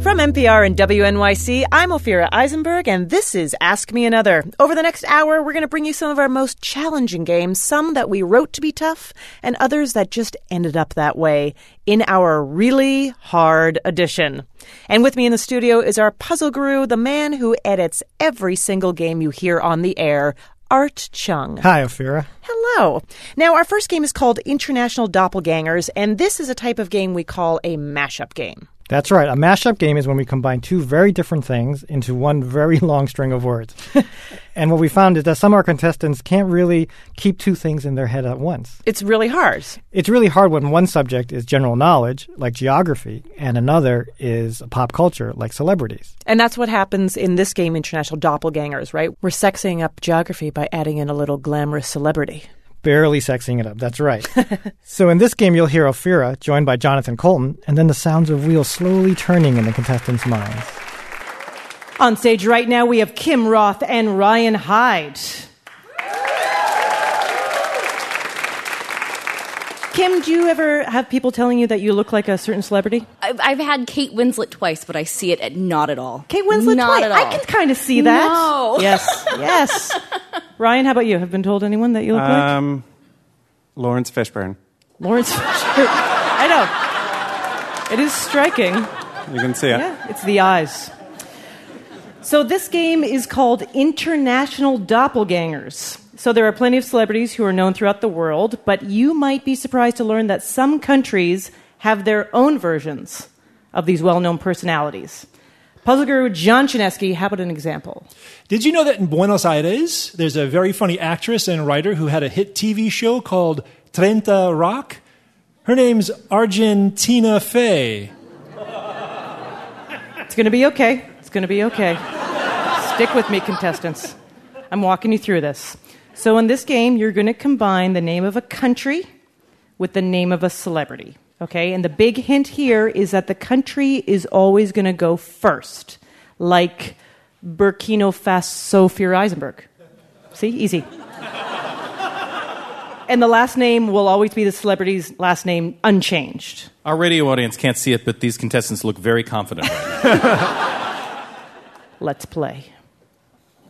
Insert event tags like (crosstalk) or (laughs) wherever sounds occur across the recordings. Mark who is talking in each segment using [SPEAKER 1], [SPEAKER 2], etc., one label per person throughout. [SPEAKER 1] From NPR and WNYC, I'm Ophira Eisenberg, and this is Ask Me Another. Over the next hour, we're going to bring you some of our most challenging games, some that we wrote to be tough, and others that just ended up that way in our really hard edition. And with me in the studio is our puzzle guru, the man who edits every single game you hear on the air, Art Chung.
[SPEAKER 2] Hi, Ophira.
[SPEAKER 1] Hello. Now, our first game is called International Doppelgangers, and this is a type of game we call a mashup game.
[SPEAKER 2] That's right. A mashup game is when we combine two very different things into one very (laughs) long string of words. and what we found is that some of our contestants can't really keep two things in their head at once.
[SPEAKER 1] It's really hard.
[SPEAKER 2] It's really hard when one subject is general knowledge, like geography, and another is pop culture, like celebrities.
[SPEAKER 1] And that's what happens in this game, International Doppelgangers, right? We're sexing up geography by adding in a little glamorous celebrity.
[SPEAKER 2] Barely sexing it up. That's right. so in this game, you'll hear Ophira joined by Jonathan Colton, and then the sounds of wheels slowly turning in the contestants' minds.
[SPEAKER 1] On stage right now, we have Kim Roth and Ryan Hyde. Kim, do you ever have people telling you that you look like a certain celebrity?
[SPEAKER 3] I've, I've had Kate Winslet twice, but I see it at not at all.
[SPEAKER 1] Kate Winslet,
[SPEAKER 3] not
[SPEAKER 1] twice.
[SPEAKER 3] at all.
[SPEAKER 1] I can kind of see that.
[SPEAKER 3] No.
[SPEAKER 1] Yes,
[SPEAKER 3] (laughs)
[SPEAKER 1] yes. Ryan, how about you? Have been told anyone that you look like
[SPEAKER 4] Um, Lawrence Fishburne.
[SPEAKER 1] Lawrence? Fisher? I know. It is striking.
[SPEAKER 4] You can see it.
[SPEAKER 1] Yeah, it's the eyes. So this game is called International Doppelgangers. So there are plenty of celebrities who are known throughout the world, but you might be surprised to learn that some countries have their own versions of these well-known personalities. Puzzle guru John Chinesky, how about an example?
[SPEAKER 5] Did you know that in Buenos Aires, there's a very funny actress and writer who had a hit TV show called Trenta Rock? Her name's Argentina Fey.
[SPEAKER 1] It's going to be okay. It's going to be okay. Stick with me, contestants. I'm walking you through this. So, in this game, you're going to combine the name of a country with the name of a celebrity. Okay? And the big hint here is that the country is always going to go first, like Burkina Faso Fear Eisenberg. See? Easy. And the last name will always be the celebrity's last name unchanged.
[SPEAKER 6] Our radio audience can't see it, but these contestants look very confident. right now.
[SPEAKER 1] (laughs) Let's play.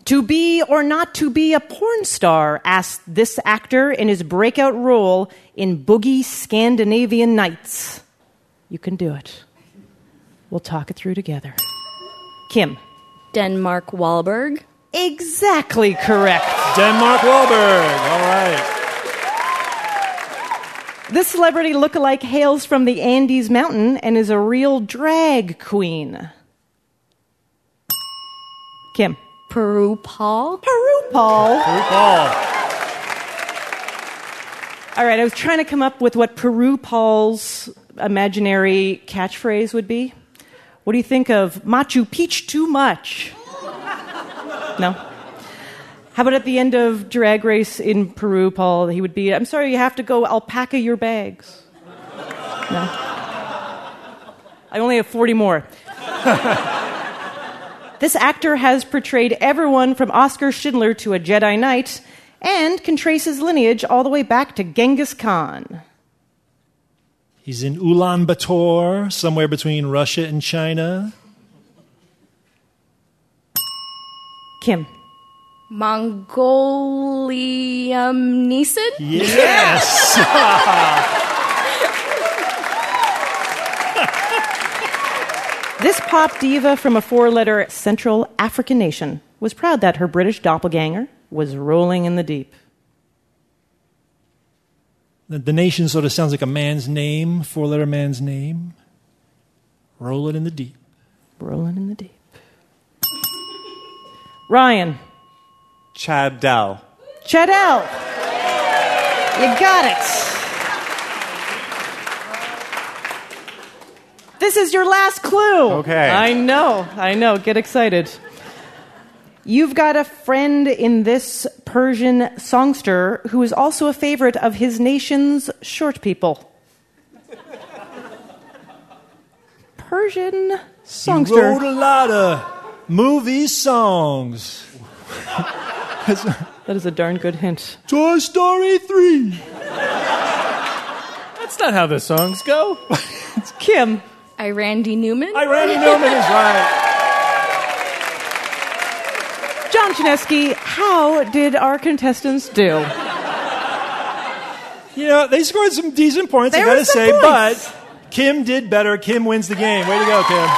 [SPEAKER 1] To be or not to be a porn star, asked this actor in his breakout role in Boogie Scandinavian Nights. You can do it. We'll talk it through together. Kim.
[SPEAKER 3] Denmark Wahlberg.
[SPEAKER 1] Exactly correct.
[SPEAKER 5] Denmark Wahlberg. All right.
[SPEAKER 1] This celebrity lookalike hails from the Andes Mountain and is a real drag queen. Kim.
[SPEAKER 3] Peru Paul.
[SPEAKER 1] RuPaul.
[SPEAKER 5] RuPaul.
[SPEAKER 1] All right, I was trying to come up with what Peru Paul's imaginary catchphrase would be. What do you think of Machu Picchu too much? No. How about at the end of Drag Race in Peru, Paul, he would be, I'm sorry, you have to go alpaca your bags. No. I only have 40 more. (laughs) This actor has portrayed everyone from Oscar Schindler to a Jedi Knight and can trace his lineage all the way back to Genghis Khan.
[SPEAKER 5] He's in Ulaanbaatar, somewhere between Russia and China.
[SPEAKER 1] Kim.
[SPEAKER 3] Mongolium Neeson.
[SPEAKER 5] (laughs) Yes.
[SPEAKER 1] This pop diva from a four letter Central African nation was proud that her British doppelganger was rolling in the deep.
[SPEAKER 5] the, the nation sort of sounds like a man's name, four letter man's name. Roll it in the deep.
[SPEAKER 1] Rolling in the deep. Ryan.
[SPEAKER 4] Chad Dow.
[SPEAKER 1] Chad L. You got it. This is your last clue.
[SPEAKER 4] Okay.
[SPEAKER 1] I know, I know. Get excited. You've got a friend in this Persian songster who is also a favorite of his nation's short people. Persian
[SPEAKER 5] He wrote
[SPEAKER 1] songster.
[SPEAKER 5] a lot of
[SPEAKER 1] (laughs)
[SPEAKER 5] movie songs.
[SPEAKER 1] That is a darn good hint.
[SPEAKER 5] Toy Story 3.
[SPEAKER 6] That's not how the songs go.
[SPEAKER 1] Kim.
[SPEAKER 7] Randy Newman?
[SPEAKER 5] Irani Newman is right.
[SPEAKER 3] John Chinesky, how did our contestants do?
[SPEAKER 5] You know, they scored some decent points,
[SPEAKER 3] There
[SPEAKER 5] I gotta
[SPEAKER 3] was some
[SPEAKER 5] say,
[SPEAKER 3] points.
[SPEAKER 5] but Kim did better. Kim wins the game. Way to go, Kim.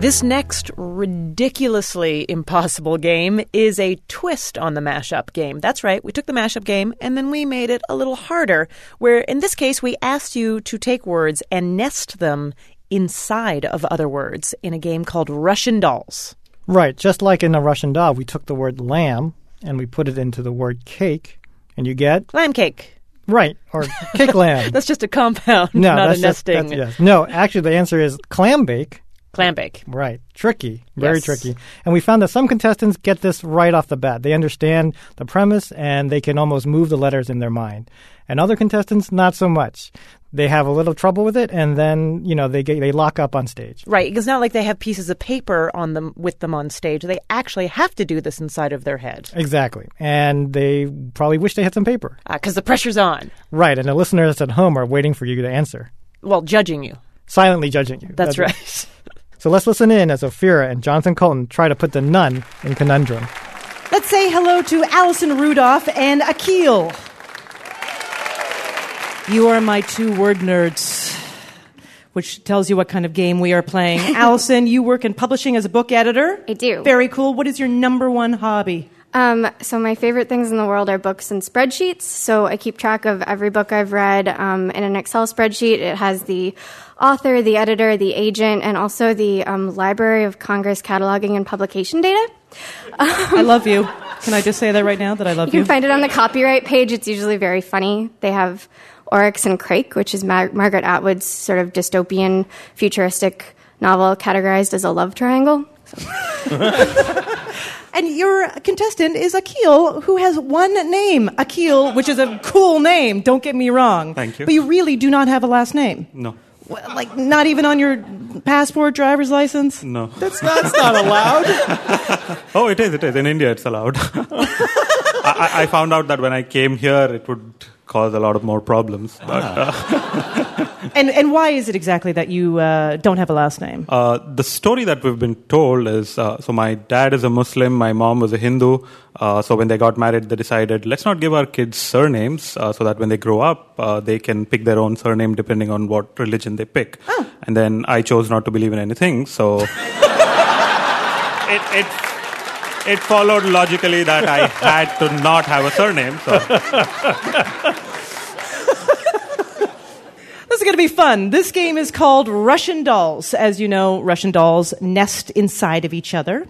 [SPEAKER 3] This next ridiculously impossible game is a twist on the mashup game. That's right, we took the mashup game and then we made it a little harder, where in this case we asked you to take words and nest them inside of other words in a game called Russian Dolls.
[SPEAKER 2] Right, just like in a Russian doll, we took the word lamb and we put it into the word cake, and you get
[SPEAKER 3] Lamb cake.
[SPEAKER 2] right
[SPEAKER 3] (laughs)
[SPEAKER 2] or cake lamb.
[SPEAKER 3] That's just a compound,
[SPEAKER 2] no,
[SPEAKER 3] not
[SPEAKER 2] that's
[SPEAKER 3] a
[SPEAKER 2] just-
[SPEAKER 3] nesting.
[SPEAKER 2] that's- yes. No, actually, the answer is clam bake.
[SPEAKER 3] Clam bake.
[SPEAKER 2] Right, tricky, very
[SPEAKER 3] Yes.
[SPEAKER 2] tricky. And we found that some contestants get this right off the bat. They understand the premise and they can almost move the letters in their mind. And other contestants, not so much. They have a little trouble with it, and then you know they get, they lock up on stage.
[SPEAKER 3] Right, it's not like they have pieces of paper on them with them on stage. They actually have to do this inside of their head
[SPEAKER 2] Exactly, and they probably wish they had some paper.
[SPEAKER 3] because Uh, the pressure's on.
[SPEAKER 2] Right, and the listeners at home are waiting for you to answer,
[SPEAKER 3] Well, judging you.
[SPEAKER 2] silently judging you.
[SPEAKER 3] That's,
[SPEAKER 2] it.
[SPEAKER 3] right. (laughs)
[SPEAKER 2] So let's listen in as Ophira and Jonathan Colton try to put the nun in conundrum.
[SPEAKER 1] Let's say hello to Allison Rudolph and Akil. You are my two word nerds, which tells you what kind of game we are
[SPEAKER 8] (laughs)
[SPEAKER 1] playing. Allison, you work in publishing as a book editor.
[SPEAKER 8] I do.
[SPEAKER 1] Very cool. What is your number one hobby?
[SPEAKER 8] Um, so my favorite things in the world are books and spreadsheets. So I keep track of every book I've read um, in an Excel spreadsheet. It has the author, the editor, the agent, and also the um, Library of Congress cataloging and publication data. (laughs)
[SPEAKER 1] I love you. Can I just say that right now that I love
[SPEAKER 8] You
[SPEAKER 1] you?
[SPEAKER 8] can find it on the copyright page. It's usually very funny. They have Oryx and Crake, which is Mar- Margaret Atwood's sort of dystopian, futuristic novel categorized as a love triangle.
[SPEAKER 1] and your contestant is Akil, who has one name, Akil, which is a cool name. Don't get me wrong.
[SPEAKER 9] Thank you.
[SPEAKER 1] But you really do not have a last name.
[SPEAKER 9] No.
[SPEAKER 1] Well, like not even on your passport, driver's license.
[SPEAKER 9] No.
[SPEAKER 5] That's, that's not allowed.
[SPEAKER 9] Oh, it is. It is. In India, it's allowed. (laughs) I, I- I found out that when I came here, it would cause a lot of more problems. But, uh,
[SPEAKER 1] And and why is it exactly that you uh, don't have a last name?
[SPEAKER 9] uh, the story that we've been told is uh, so my dad is a Muslim, my mom was a Hindu. Uh, so when they got married, they decided let's not give our kids surnames uh, so that when they grow up, uh, they can pick their own surname depending on what religion they pick. And then I chose not to believe in anything. So it, it, it followed logically that I had to not have a surname. So.
[SPEAKER 1] This is going to be fun. This game is called Russian Dolls. As you know, Russian dolls nest inside of each other,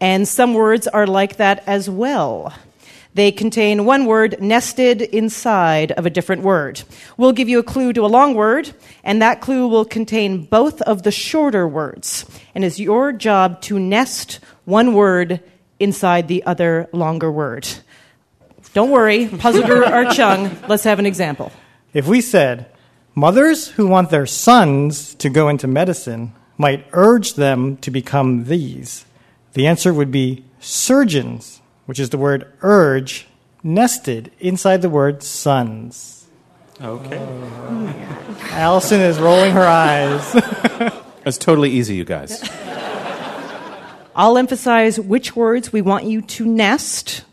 [SPEAKER 1] and some words are like that as well. They contain one word nested inside of a different word. We'll give you a clue to a long word, and that clue will contain both of the shorter words. And it's your job to nest one word inside the other longer word. Don't worry, Puzzler or Chung, let's have an example.
[SPEAKER 2] If we said, mothers who want their sons to go into medicine might urge them to become these, the answer would be surgeons, which is the word urge nested inside the word sons.
[SPEAKER 9] Okay.
[SPEAKER 2] Allison is rolling her eyes. (laughs)
[SPEAKER 6] That's totally easy, you guys.
[SPEAKER 1] I'll emphasize which words we want you to nest,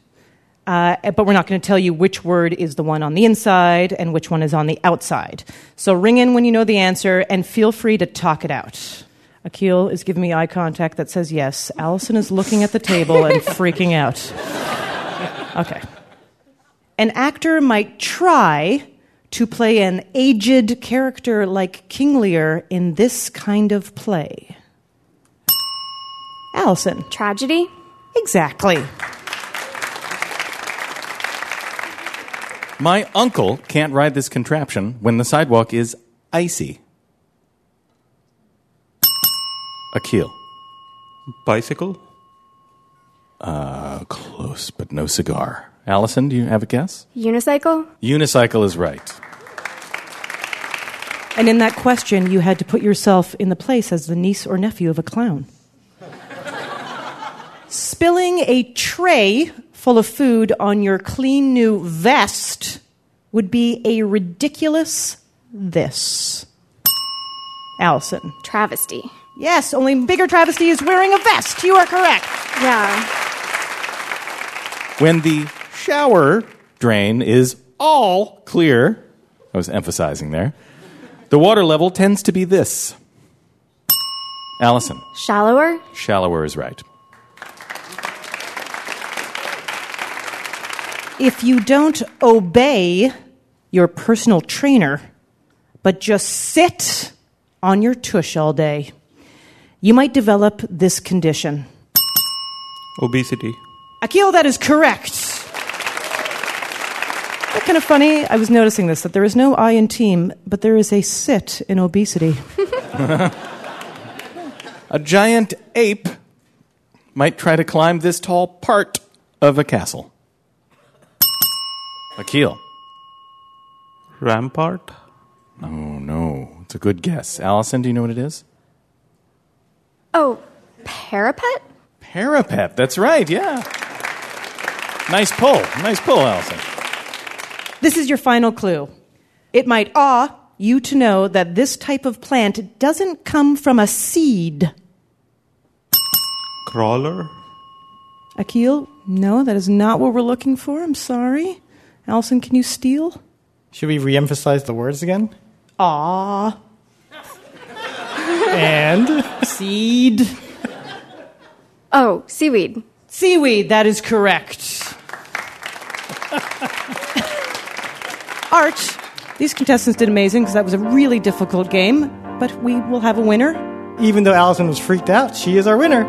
[SPEAKER 1] uh, but we're not going to tell you which word is the one on the inside and which one is on the outside. So ring in when you know the answer and feel free to talk it out. Akil is giving me eye contact that says yes. Allison is looking at the table and freaking out. Okay. An actor might try to play an aged character like King Lear in this kind of play. Allison.
[SPEAKER 8] Tragedy?
[SPEAKER 1] Exactly.
[SPEAKER 6] My uncle can't ride this contraption when the sidewalk is icy. Akil.
[SPEAKER 9] Bicycle?
[SPEAKER 6] Uh, close, but no cigar. Allison, do you have a guess?
[SPEAKER 8] Unicycle?
[SPEAKER 6] Unicycle is right.
[SPEAKER 1] And in that question, you had to put yourself in the place as the niece or nephew of a clown. Spilling a tray full of food on your clean new vest would be a ridiculous this. Allison.
[SPEAKER 8] Travesty.
[SPEAKER 1] Yes, only bigger travesty is wearing a vest. You are correct.
[SPEAKER 8] Yeah.
[SPEAKER 6] When the shower drain is all clear, I was emphasizing there, the water level tends to be this. Allison,
[SPEAKER 8] Shallower?
[SPEAKER 6] shallower is right. (laughs)
[SPEAKER 1] If you don't obey your personal trainer, but just sit on your tush all day, you might develop this condition.
[SPEAKER 9] Obesity.
[SPEAKER 1] Akil, that is correct. Isn't that kind of funny? I was noticing this that there is no I in team, but there is a sit in obesity.
[SPEAKER 6] A giant ape might try to climb this tall part of a castle. Akil.
[SPEAKER 9] Rampart.
[SPEAKER 6] Oh, no. It's a good guess. Allison, do you know what it is?
[SPEAKER 8] Oh, parapet?
[SPEAKER 6] Parapet. That's right. Yeah. Nice pull. Nice pull, Allison.
[SPEAKER 1] This is your final clue. It might awe you to know that this type of plant doesn't come from a seed.
[SPEAKER 9] Crawler.
[SPEAKER 1] Akil, no, that is not what we're looking for. I'm sorry. Allison, can you steal?
[SPEAKER 2] Should we re-emphasize the words again?
[SPEAKER 1] Aw,
[SPEAKER 2] (laughs) And
[SPEAKER 1] seed.
[SPEAKER 8] Oh, seaweed.
[SPEAKER 1] Seaweed, that is correct. Art, these contestants did amazing because that was a really difficult game, but we will have a winner.
[SPEAKER 2] even though Allison was freaked out, she is our winner.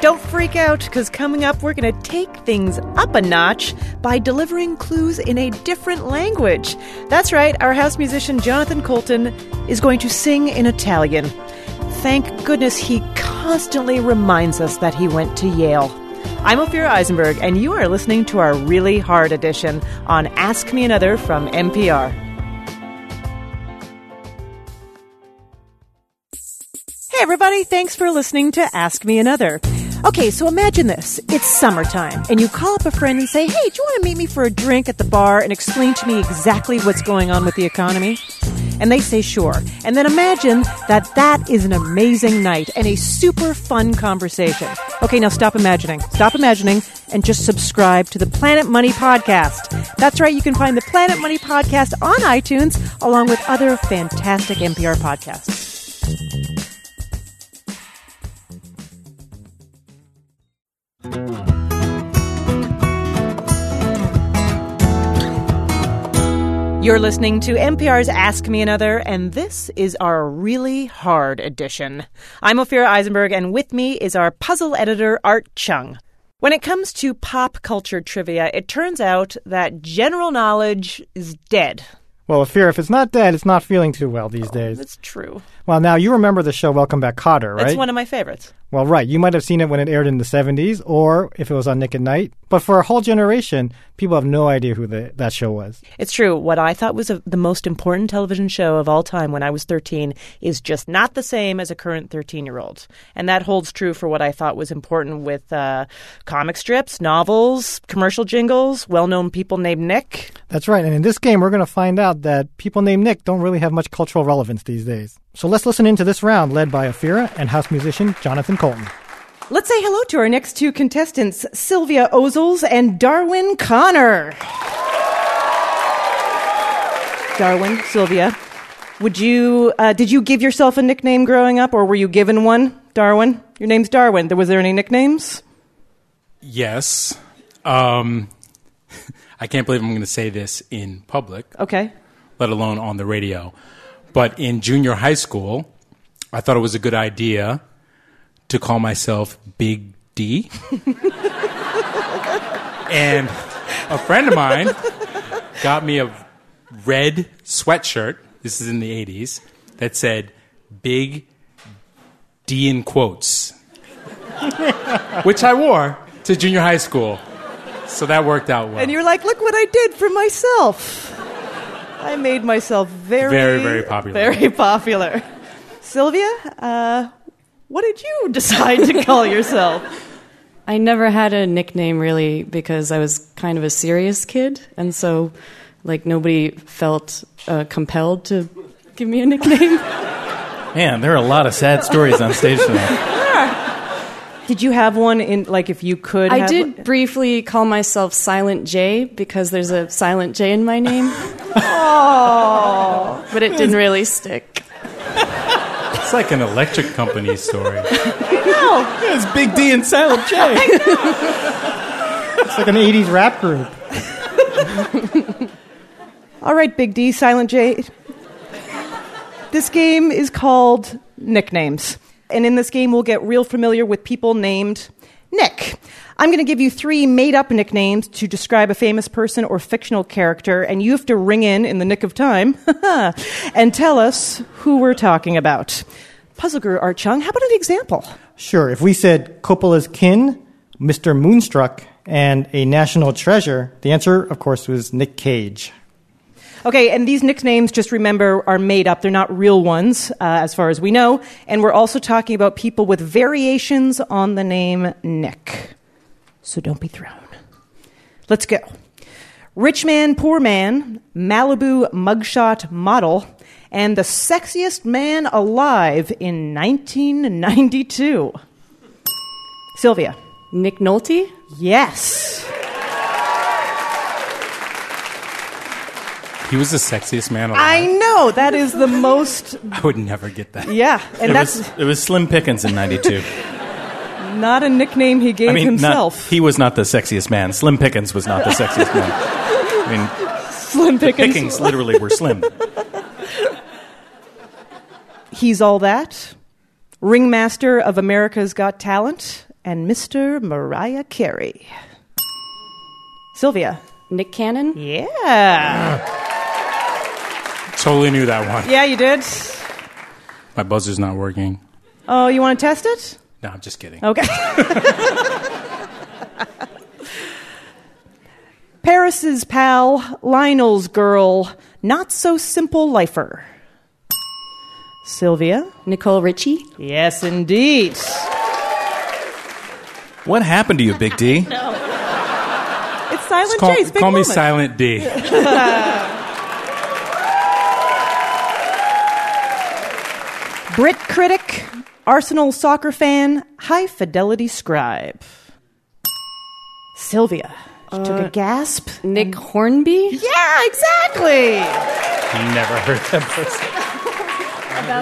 [SPEAKER 3] Don't freak out, because coming up, we're going to take things up a notch by delivering clues in a different language. That's right, our house musician Jonathan Colton is going to sing in Italian. Thank goodness he constantly reminds us that he went to Yale. I'm Ophira Eisenberg, and you are listening to our really hard edition on Ask Me Another from NPR. Hey, everybody, thanks for listening to Ask Me Another. Okay, so imagine this. It's summertime, and you call up a friend and say, Hey, do you want to meet me for a drink at the bar and explain to me exactly what's going on with the economy? And they say, Sure. And then imagine that that is an amazing night and a super fun conversation. Okay, now stop imagining. Stop imagining and just subscribe to the Planet Money Podcast. That's right, you can find the Planet Money Podcast on iTunes along with other fantastic NPR podcasts. You're listening to NPR's Ask Me Another, and this is our really hard edition. I'm Ophira Eisenberg, and with me is our puzzle editor, Art Chung. When it comes to pop culture trivia, it turns out that general knowledge is dead.
[SPEAKER 2] Well, Afir, if it's not dead, it's not feeling too well these days.
[SPEAKER 3] Oh, That's true.
[SPEAKER 2] Well, now you remember the show Welcome Back, Cotter, right?
[SPEAKER 3] That's one of my favorites.
[SPEAKER 2] Well, right. You might have seen it when it aired in the 70s or if it was on Nick at Night. But for a whole generation, people have no idea who the, that show was.
[SPEAKER 3] It's true. What I thought was a, the most important television show of all time when I was 13 is just not the same as a current 13 year old. And that holds true for what I thought was important with uh, comic strips, novels, commercial jingles, well known people named Nick.
[SPEAKER 2] That's right. And in this game, we're going to find out that people named Nick don't really have much cultural relevance these days. So let's listen into this round led by Afira and house musician Jonathan Colton.
[SPEAKER 1] Let's say hello to our next two contestants, Sylvia Ozels and Darwin Connor. Darwin, Sylvia, would you uh, did you give yourself a nickname growing up, or were you given one? Darwin, your name's Darwin. There was there any (laughs) nicknames?
[SPEAKER 10] Yes. Um, (laughs) I can't believe I'm going to say this in public,
[SPEAKER 1] Okay,
[SPEAKER 10] let alone on the radio. But in junior high school, I thought it was a good idea to call myself Big D. (laughs) and a friend of mine got me a red sweatshirt. This is in the 80s that said Big D in quotes, which I wore to junior high school. So that worked out well.
[SPEAKER 1] and you're like, look what I did for myself. I made myself very,
[SPEAKER 10] Very, very popular.
[SPEAKER 1] very popular. Sylvia, uh,
[SPEAKER 3] What did you decide to call yourself?
[SPEAKER 11] I never had a nickname really because I was kind of a serious kid, and so like nobody felt uh, compelled to give me a nickname.
[SPEAKER 6] Man, there are a lot of sad stories on stage tonight.
[SPEAKER 1] Did you have one in like if you could?
[SPEAKER 11] I
[SPEAKER 1] have-
[SPEAKER 11] did briefly call myself Silent J because there's a Silent J in my name. oh, but it didn't really stick.
[SPEAKER 10] It's like an electric company story.
[SPEAKER 6] It's Big D and Silent
[SPEAKER 1] (laughs)
[SPEAKER 6] J.
[SPEAKER 2] It's like an 80s rap group.
[SPEAKER 1] All right, Big D, Silent J. this game is called Nicknames. And in this game, we'll get real familiar with people named Nick. I'm going to give you three made up nicknames to describe a famous person or fictional character, and you have to ring in in the nick of time (laughs) and tell us who we're talking about. Puzzle Guru Art Chung, how about an example?
[SPEAKER 2] Sure, if we said Coppola's kin, Mr. Moonstruck, and a national treasure, the answer, of course, was Nick Cage.
[SPEAKER 1] Okay, and these nicknames, just remember, are made up. They're not real ones, uh, as far as we know. And we're also talking about people with variations on the name Nick. So don't be thrown. Let's go. Rich man, poor man, Malibu mugshot model, and the sexiest man alive in 1992. Sylvia.
[SPEAKER 11] Nick Nolte?
[SPEAKER 1] Yes.
[SPEAKER 10] He was the sexiest man
[SPEAKER 1] I
[SPEAKER 10] alive.
[SPEAKER 1] know. That is the most.
[SPEAKER 10] (laughs) I, would never get that.
[SPEAKER 1] Yeah. And
[SPEAKER 6] It
[SPEAKER 1] that's.
[SPEAKER 6] was, it was Slim Pickens in 92.
[SPEAKER 1] Not a nickname (laughs) he gave
[SPEAKER 6] I mean,
[SPEAKER 1] himself.
[SPEAKER 6] Not, he was not the sexiest man. Slim Pickens was not the sexiest man. I mean,
[SPEAKER 1] Slim Pickens.
[SPEAKER 6] Pickens literally were slim.
[SPEAKER 1] He's all that. Ringmaster of America's Got Talent and Mr. Mariah Carey. Sylvia.
[SPEAKER 11] Nick Cannon?
[SPEAKER 1] Yeah.
[SPEAKER 10] Totally knew that one.
[SPEAKER 1] Yeah, you did.
[SPEAKER 10] My buzzer's not working.
[SPEAKER 1] Oh, you want to test it?
[SPEAKER 10] No, I'm just kidding.
[SPEAKER 1] Okay. Paris's pal, Lionel's girl, not so simple lifer. Sylvia.
[SPEAKER 11] Nicole Richie?
[SPEAKER 1] Yes, indeed.
[SPEAKER 6] What happened to you, Big D?
[SPEAKER 1] It's Silent
[SPEAKER 10] Call,
[SPEAKER 1] J's big
[SPEAKER 10] call me
[SPEAKER 1] moment.
[SPEAKER 10] Silent D.
[SPEAKER 1] (laughs) Brit critic, Arsenal soccer fan, high fidelity scribe. Sylvia. She took a gasp.
[SPEAKER 11] Uh, Nick Hornby?
[SPEAKER 1] Yeah, exactly.
[SPEAKER 10] never heard that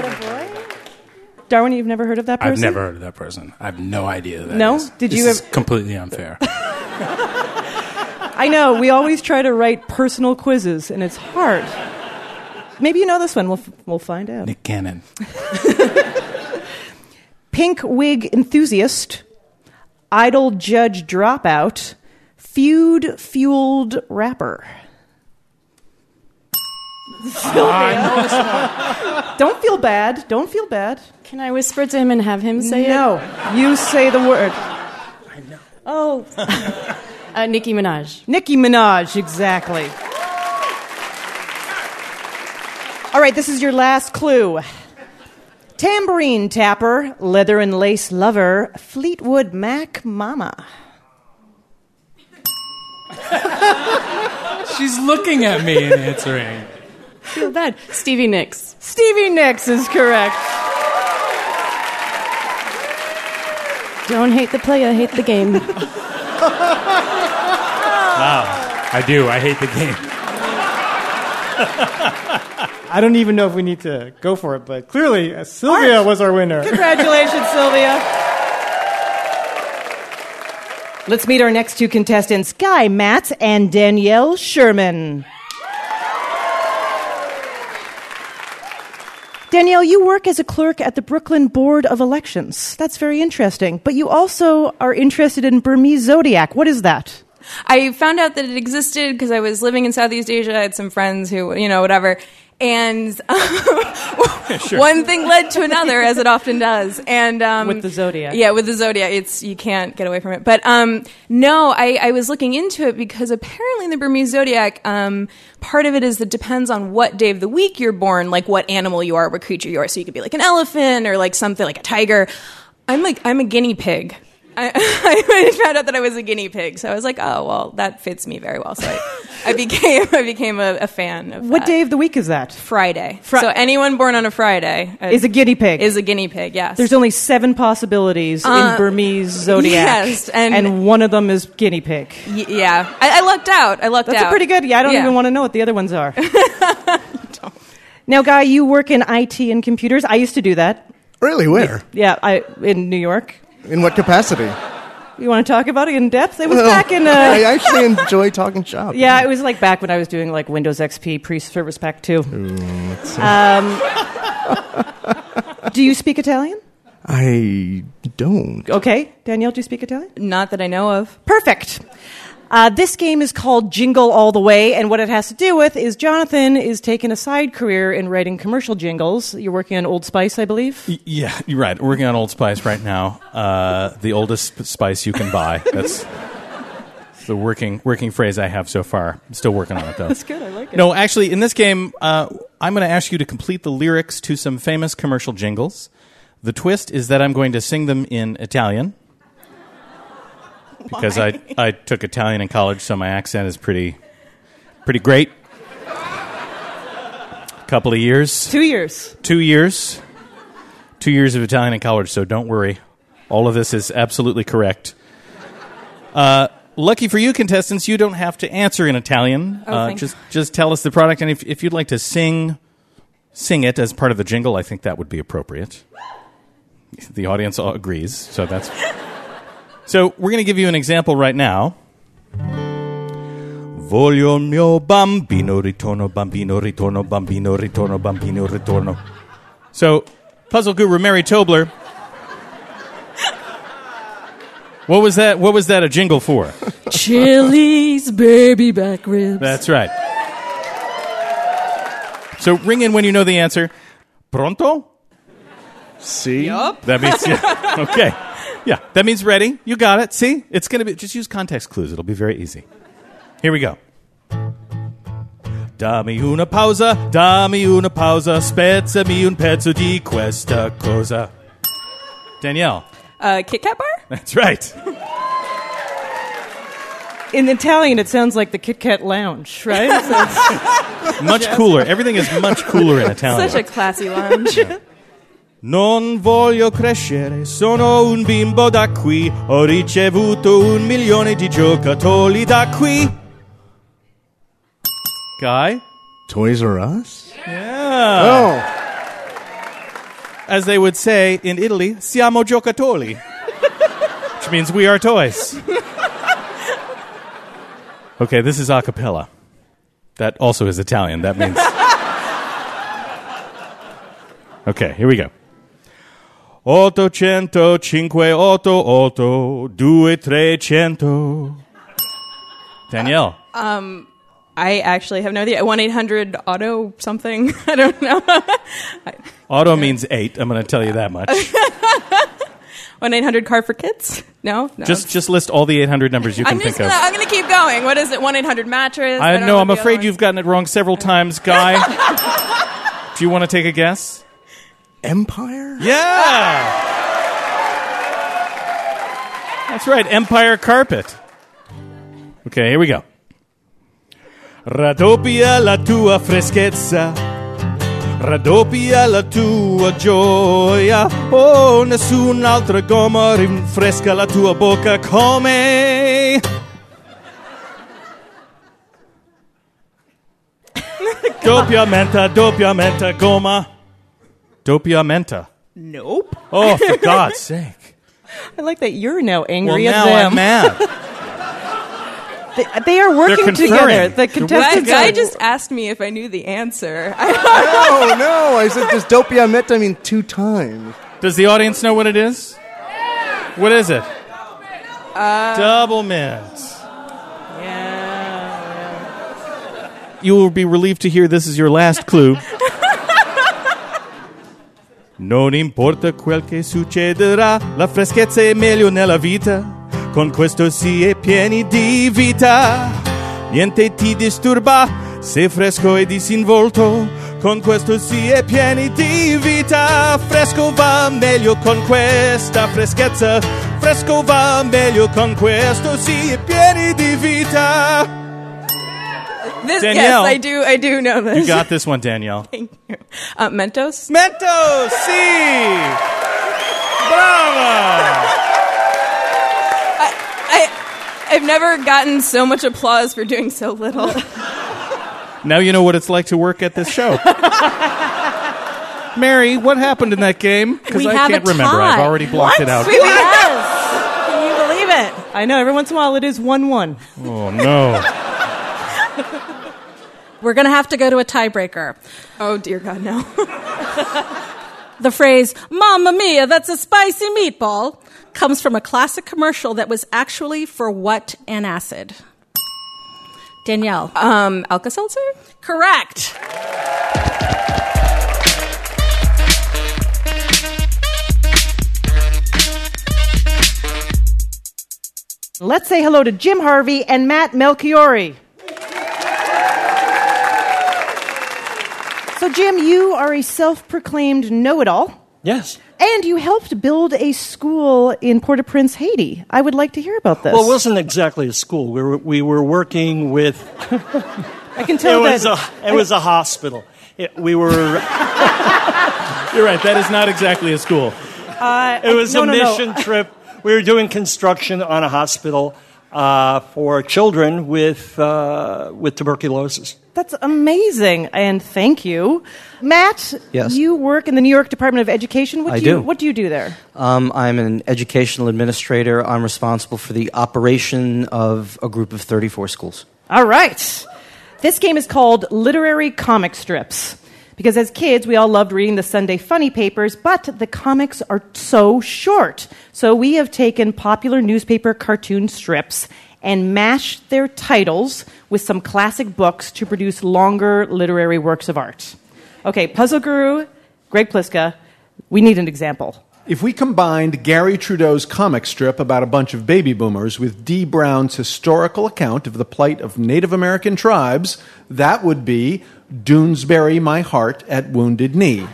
[SPEAKER 10] person.
[SPEAKER 1] Darwin, you've never heard of that person?
[SPEAKER 10] I've never heard of that person. I have no idea who that
[SPEAKER 1] No?
[SPEAKER 10] is.
[SPEAKER 1] Did
[SPEAKER 10] This
[SPEAKER 1] you
[SPEAKER 10] is
[SPEAKER 1] ever-
[SPEAKER 10] completely unfair.
[SPEAKER 1] I know. We always try to write personal quizzes, and it's hard. Maybe you know this one. We'll, f- we'll find out.
[SPEAKER 10] Nick Cannon.
[SPEAKER 1] (laughs) Pink wig enthusiast, idol judge dropout, feud fueled rapper. Don't feel bad. Don't feel bad.
[SPEAKER 11] Can I whisper to him and have him say it?
[SPEAKER 1] No, you say the word.
[SPEAKER 11] Oh. (laughs) uh, Nicki Minaj.
[SPEAKER 1] Nicki Minaj, exactly. All right, this is your last clue. Tambourine tapper, leather and lace lover, Fleetwood Mac mama.
[SPEAKER 10] (laughs) She's looking at me and answering.
[SPEAKER 11] Feel bad. Stevie Nicks.
[SPEAKER 1] Stevie Nicks is correct.
[SPEAKER 11] Don't hate the player, hate the game.
[SPEAKER 10] I do. I hate the (laughs) game.
[SPEAKER 2] I don't even know if we need to go for it, but clearly uh, Sylvia was our winner.
[SPEAKER 1] Congratulations, Sylvia. Let's meet our next two contestants, Guy Matz and Danielle Sherman. Danielle, you work as a clerk at the Brooklyn Board of Elections. That's very interesting. But you also are interested in Burmese zodiac. What is that?
[SPEAKER 12] I found out that it existed because I was living in Southeast Asia. I had some friends who, you know, whatever. and (laughs)
[SPEAKER 2] (laughs)
[SPEAKER 12] one thing led to another, as it often does. And um,
[SPEAKER 1] With the Zodiac.
[SPEAKER 12] yeah, with the zodiac, it's you can't get away from it. But um, no, I, I was looking into it because apparently in the Burmese zodiac, um, part of it is that depends on what day of the week you're born, like what animal you are, what creature you are. So you could be like an elephant or like something like a tiger. I'm like I'm a guinea pig. I, (laughs) I found out that I was a guinea pig, so I was like, oh well, that fits me very well. So I, I became (laughs) I became a, a fan of
[SPEAKER 1] What
[SPEAKER 12] that.
[SPEAKER 1] day of the week is that?
[SPEAKER 12] Uh, Friday. so anyone born on a Friday uh,
[SPEAKER 1] Is a guinea pig.
[SPEAKER 12] Is a guinea pig. Yes.
[SPEAKER 1] There's only seven possibilities
[SPEAKER 12] Uh,
[SPEAKER 1] in Burmese zodiac,
[SPEAKER 12] yes, and-
[SPEAKER 1] one of them is guinea pig.
[SPEAKER 12] Y- yeah. I, I lucked out. I lucked
[SPEAKER 1] That's
[SPEAKER 12] out.
[SPEAKER 1] a pretty good. Yeah, I don't even want to know what the other
[SPEAKER 12] (laughs)
[SPEAKER 1] ones are. (laughs) Now, Guy, you work in IT and computers. I used to do that.
[SPEAKER 13] Really? Where?
[SPEAKER 1] Yeah, I in New York.
[SPEAKER 13] In what capacity?
[SPEAKER 1] You want to talk about it in depth? It was
[SPEAKER 13] Well,
[SPEAKER 1] back in.
[SPEAKER 13] (laughs)
[SPEAKER 1] Uh,
[SPEAKER 13] I actually enjoy talking shop.
[SPEAKER 1] Yeah, it was like back when I was doing like Windows XP pre-service pack two.
[SPEAKER 13] see. (laughs)
[SPEAKER 1] Um, do you speak Italian?
[SPEAKER 13] I don't.
[SPEAKER 1] Okay, Danielle, do you speak Italian?
[SPEAKER 12] Not that I know of.
[SPEAKER 1] Perfect. Uh, this game is called Jingle All the Way, and what it has to do with is Jonathan is taking a side career in writing commercial jingles. You're working on Old Spice, I believe.
[SPEAKER 6] Y- Yeah, you're right. We're working on Old Spice right now. Uh, the oldest sp- spice you can buy. That's the working working phrase I have so far. I'm still working on it though.
[SPEAKER 1] (laughs) That's good. I like it.
[SPEAKER 6] No, actually, in this game, uh, I'm going to ask you to complete the lyrics to some famous commercial jingles. The twist is that I'm going to sing them in Italian because I I took Italian in college, so my accent is pretty pretty great. Couple of years.
[SPEAKER 1] Two years.
[SPEAKER 6] Two years. Two years of Italian in college, so don't worry. All of this is absolutely correct. Uh, lucky for you, contestants, you don't have to answer in Italian.
[SPEAKER 4] Oh,
[SPEAKER 6] uh,
[SPEAKER 4] thank
[SPEAKER 6] just just tell us the product, and if, if you'd like to sing sing it as part of the jingle, I think that would be appropriate. The audience all agrees, so that's. (laughs) so we're going to give you an example right now. Voglio il mio bambino, ritorno, bambino, ritorno, bambino, ritorno, bambino, ritorno. So, puzzle guru Mary Tobler. What was that? What was that a jingle for?
[SPEAKER 4] Chili's baby back ribs.
[SPEAKER 6] That's right. So ring in when you know the answer. Pronto? See?
[SPEAKER 4] Yup.
[SPEAKER 6] That means yeah. (laughs) okay. Yeah, that means ready. You got it. See? It's going to be just use context clues. It'll be very easy. Here we go. Dammi una pausa, dammi una pausa, spezzami un pezzo di questa cosa. Danielle.
[SPEAKER 12] Uh, Kit Kat bar?
[SPEAKER 6] That's right.
[SPEAKER 1] In Italian, it sounds like the Kit Kat Lounge,
[SPEAKER 6] (laughs)
[SPEAKER 1] right? So it's-
[SPEAKER 6] Much cooler. Everything is
[SPEAKER 5] (laughs)
[SPEAKER 6] much cooler in Italian.
[SPEAKER 12] Such a classy lounge.
[SPEAKER 6] Non voglio crescere, sono un bimbo da qui. Ho ricevuto un milione di giocatori da qui. Guy?
[SPEAKER 13] Toys R Us?
[SPEAKER 6] Yeah. Oh. As they would say in Italy, siamo giocatori. which means we are toys. Okay, this is a cappella. That also is Italian.
[SPEAKER 12] (laughs)
[SPEAKER 6] That means. Okay, here we go. 800 588 2300 Danielle.
[SPEAKER 12] Um, I actually have no idea. 1 800 auto something. (laughs) I don't know.
[SPEAKER 6] Auto means eight. I'm going to tell you that much.
[SPEAKER 12] 1 800 car for kids? No? No.
[SPEAKER 6] Just just list all the 800 numbers you can
[SPEAKER 12] I'm
[SPEAKER 6] think
[SPEAKER 12] just gonna,
[SPEAKER 6] of.
[SPEAKER 12] I'm going to keep going. What is it? 1 800 mattress?
[SPEAKER 6] I
[SPEAKER 12] don't
[SPEAKER 6] know.
[SPEAKER 12] what
[SPEAKER 6] I'm
[SPEAKER 12] the other
[SPEAKER 6] afraid
[SPEAKER 12] one-
[SPEAKER 6] you've gotten it wrong several times, Guy. Do you want to take a guess?
[SPEAKER 13] Empire?
[SPEAKER 6] Yeah. That's right. Empire carpet. Okay, here we go. Raddoppia la tua freschezza. Raddoppia la tua gioia. Oh, nessun'altra gomma rinfresca la tua bocca come. doppia menta, doppia menta, gomma. Doppia menta.
[SPEAKER 1] nope.
[SPEAKER 6] Oh, for God's sake.
[SPEAKER 1] I like that you're now angry
[SPEAKER 6] well,
[SPEAKER 1] at
[SPEAKER 6] now
[SPEAKER 1] them.
[SPEAKER 6] I'm mad.
[SPEAKER 1] (laughs) They, they are working together.
[SPEAKER 6] conferring.
[SPEAKER 1] The contestants.
[SPEAKER 12] Guy
[SPEAKER 1] are-
[SPEAKER 12] just asked me if I knew the (laughs) answer.
[SPEAKER 13] no, no. I said this dopia meta, I mean, two times.
[SPEAKER 6] Does the audience know what it is? What is it?
[SPEAKER 12] Uh,
[SPEAKER 6] Double mint.
[SPEAKER 12] yeah.
[SPEAKER 6] you will be relieved to hear this is your last clue. Non importa quel che succederà, la freschezza è meglio nella vita. Con questo si è pieni di vita. Niente ti disturba, sei fresco e disinvolto. Con questo si è pieni di vita. Fresco va meglio con questa freschezza. Fresco va meglio con questo si è pieni di vita.
[SPEAKER 12] This, yes,
[SPEAKER 6] Danielle.
[SPEAKER 12] I do. I do know this.
[SPEAKER 6] You
[SPEAKER 1] (laughs)
[SPEAKER 6] got this one, Danielle.
[SPEAKER 12] Thank you. (laughs) Uh, Mentos.
[SPEAKER 6] Mentos. See. Bravo.
[SPEAKER 12] I, I've never gotten so much applause for doing so
[SPEAKER 6] (laughs)
[SPEAKER 12] little.
[SPEAKER 6] Now you know what it's like to work at this show. Mary, what happened in that game? Because
[SPEAKER 1] We
[SPEAKER 6] I
[SPEAKER 1] have a
[SPEAKER 6] can't remember. I've
[SPEAKER 1] tie.
[SPEAKER 6] already blocked it out.
[SPEAKER 1] Sweetie, yes. Can you believe it? I know. Every once in a while, it is one-one.
[SPEAKER 6] Oh no.
[SPEAKER 14] (laughs) We're going to have to go to a tiebreaker.
[SPEAKER 12] Oh, dear God, no.
[SPEAKER 14] (laughs) the phrase, Mamma Mia, that's a spicy meatball, comes from a classic commercial that was actually for what an acid? Danielle.
[SPEAKER 12] Um, Alka Seltzer?
[SPEAKER 14] Correct.
[SPEAKER 1] Let's say hello to Jim Harvey and Matt Melchiori. So, Jim, you are a self proclaimed know it all,
[SPEAKER 5] Yes.
[SPEAKER 1] and you helped build a school in Port au Prince, Haiti. I would like to hear about this.
[SPEAKER 5] Well, it wasn't exactly a school. We were, we were working
[SPEAKER 15] (laughs)
[SPEAKER 5] with.
[SPEAKER 1] I can
[SPEAKER 15] Oh,
[SPEAKER 1] tell
[SPEAKER 5] it was
[SPEAKER 1] that-
[SPEAKER 5] a, it was a hospital. It- we were.
[SPEAKER 6] (laughs) You're right. That is not exactly a school.
[SPEAKER 1] Uh,
[SPEAKER 5] It was
[SPEAKER 1] no,
[SPEAKER 5] a
[SPEAKER 1] no, no.
[SPEAKER 5] mission trip. We were doing construction on a hospital uh, for children with uh, with tuberculosis.
[SPEAKER 1] That's amazing, and thank you, Matt.
[SPEAKER 16] Yes.
[SPEAKER 1] you work in the New York Department of Education. What
[SPEAKER 16] I
[SPEAKER 1] do you,
[SPEAKER 16] do.
[SPEAKER 1] What do you do there?
[SPEAKER 16] (laughs) Um, I'm an educational administrator. I'm responsible for the operation of a group of 34 schools.
[SPEAKER 1] All right. This game is called Literary Comic Strips. Because as kids, we all loved reading the Sunday funny papers, but the comics are so short. So we have taken popular newspaper cartoon strips and mashed their titles with some classic books to produce longer literary works of art. Okay, Puzzle Guru, Greg Pliska, we need an example.
[SPEAKER 17] If we combined Gary Trudeau's comic strip about a bunch of baby boomers with Dee Brown's historical account of the plight of Native American tribes, that would be Doonesbury My Heart at Wounded Knee.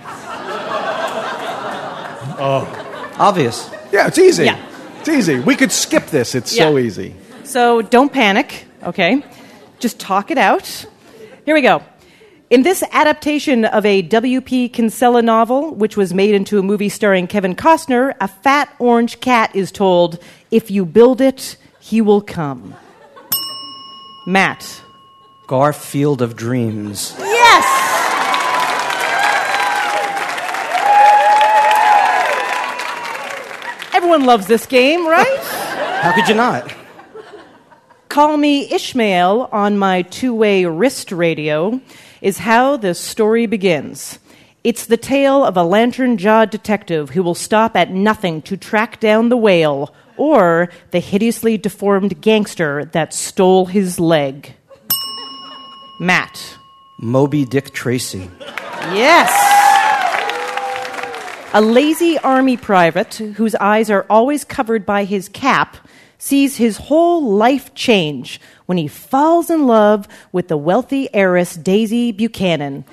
[SPEAKER 16] Oh. Obvious.
[SPEAKER 17] Yeah, it's easy.
[SPEAKER 1] Yeah.
[SPEAKER 17] It's easy. We could skip this. It's so
[SPEAKER 1] Yeah.
[SPEAKER 17] easy.
[SPEAKER 1] So don't panic, okay? Just talk it out. Here we go. In this adaptation of a W.P. Kinsella novel, which was made into a movie starring Kevin Costner, a fat orange cat is told, If you build it, he will come. Matt.
[SPEAKER 16] Garfield of Dreams.
[SPEAKER 1] Yes! Everyone loves this game, right?
[SPEAKER 16] How could you not?
[SPEAKER 1] Call Me Ishmael on my two way wrist radio is how this story begins. It's the tale of a lantern jawed detective who will stop at nothing to track down the whale or the hideously deformed gangster that stole his leg. Matt.
[SPEAKER 16] Moby Dick Tracy.
[SPEAKER 1] Yes. A lazy army private whose eyes are always covered by his cap sees his whole life change when he falls in love with the wealthy heiress Daisy Buchanan.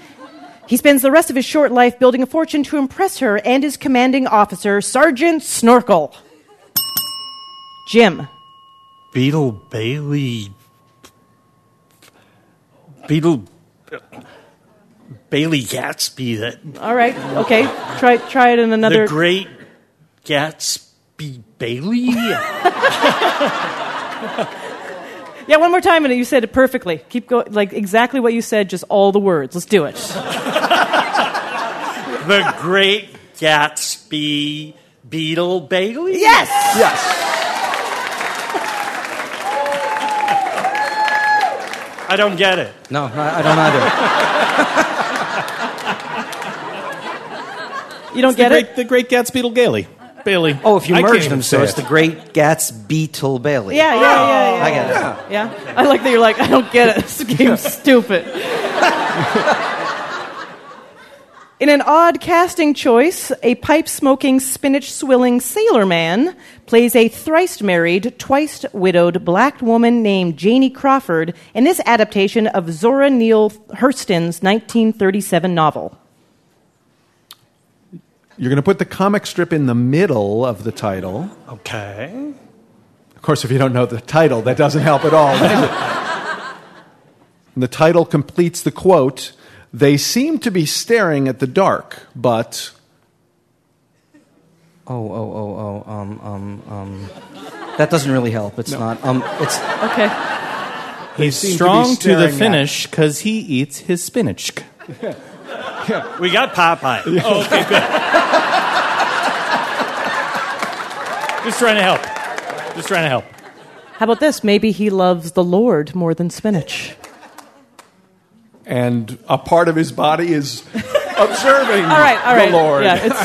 [SPEAKER 1] He spends the rest of his short life building a fortune to impress her and his commanding officer, Sergeant Snorkel. Jim.
[SPEAKER 15] Beetle Bailey. Beetle. Bailey Gatsby, that
[SPEAKER 1] All right, okay. Try, try it in another.
[SPEAKER 15] the great Gatsby Bailey.
[SPEAKER 1] (laughs) Yeah, one more time, and you said it perfectly. Keep going, like exactly what you said, just all the words. Let's do it.
[SPEAKER 15] the great Gatsby Beetle Bailey.
[SPEAKER 1] Yes.
[SPEAKER 15] Yes.
[SPEAKER 5] I don't get it.
[SPEAKER 16] No, I I don't either.
[SPEAKER 1] You don't
[SPEAKER 6] the
[SPEAKER 1] get
[SPEAKER 6] great, it? The Great Gatsby Gailey. Bailey.
[SPEAKER 16] Oh, if you
[SPEAKER 6] I
[SPEAKER 16] merge
[SPEAKER 6] can't
[SPEAKER 16] them,
[SPEAKER 6] even
[SPEAKER 16] so
[SPEAKER 6] say
[SPEAKER 16] it's
[SPEAKER 6] it.
[SPEAKER 16] the Great Gatsby Till Bailey.
[SPEAKER 1] Yeah, yeah, yeah, yeah.
[SPEAKER 16] Oh, I got it.
[SPEAKER 1] Yeah. I like that you're like, I don't get it. This game's
[SPEAKER 16] (laughs)
[SPEAKER 1] stupid. In an odd casting choice, a pipe smoking, spinach swilling sailor man plays a thrice married, twice widowed black woman named Janie Crawford in this adaptation of Zora Neale Hurston's 1937 novel.
[SPEAKER 17] You're going to put the comic strip in the middle of the title.
[SPEAKER 15] Okay.
[SPEAKER 17] Of course, if you don't know the title, that doesn't help at all. does it? and the title completes the quote They seem to be staring at the dark, but.
[SPEAKER 16] Oh, oh, oh, oh. Um, um, um. That doesn't really help. It's not. Um, it's
[SPEAKER 1] okay.
[SPEAKER 6] He's
[SPEAKER 16] seem to be
[SPEAKER 6] strong to, the
[SPEAKER 16] staring at-
[SPEAKER 6] finish because he eats his spinach.
[SPEAKER 15] (laughs) We got Popeye.
[SPEAKER 6] Oh, okay,
[SPEAKER 1] Just trying to help. Just trying to help. How about this? Maybe he loves the Lord more than spinach.
[SPEAKER 17] And a part of his body is observing
[SPEAKER 1] All right, all
[SPEAKER 17] the
[SPEAKER 1] right.
[SPEAKER 17] Lord.
[SPEAKER 1] Yeah, it's,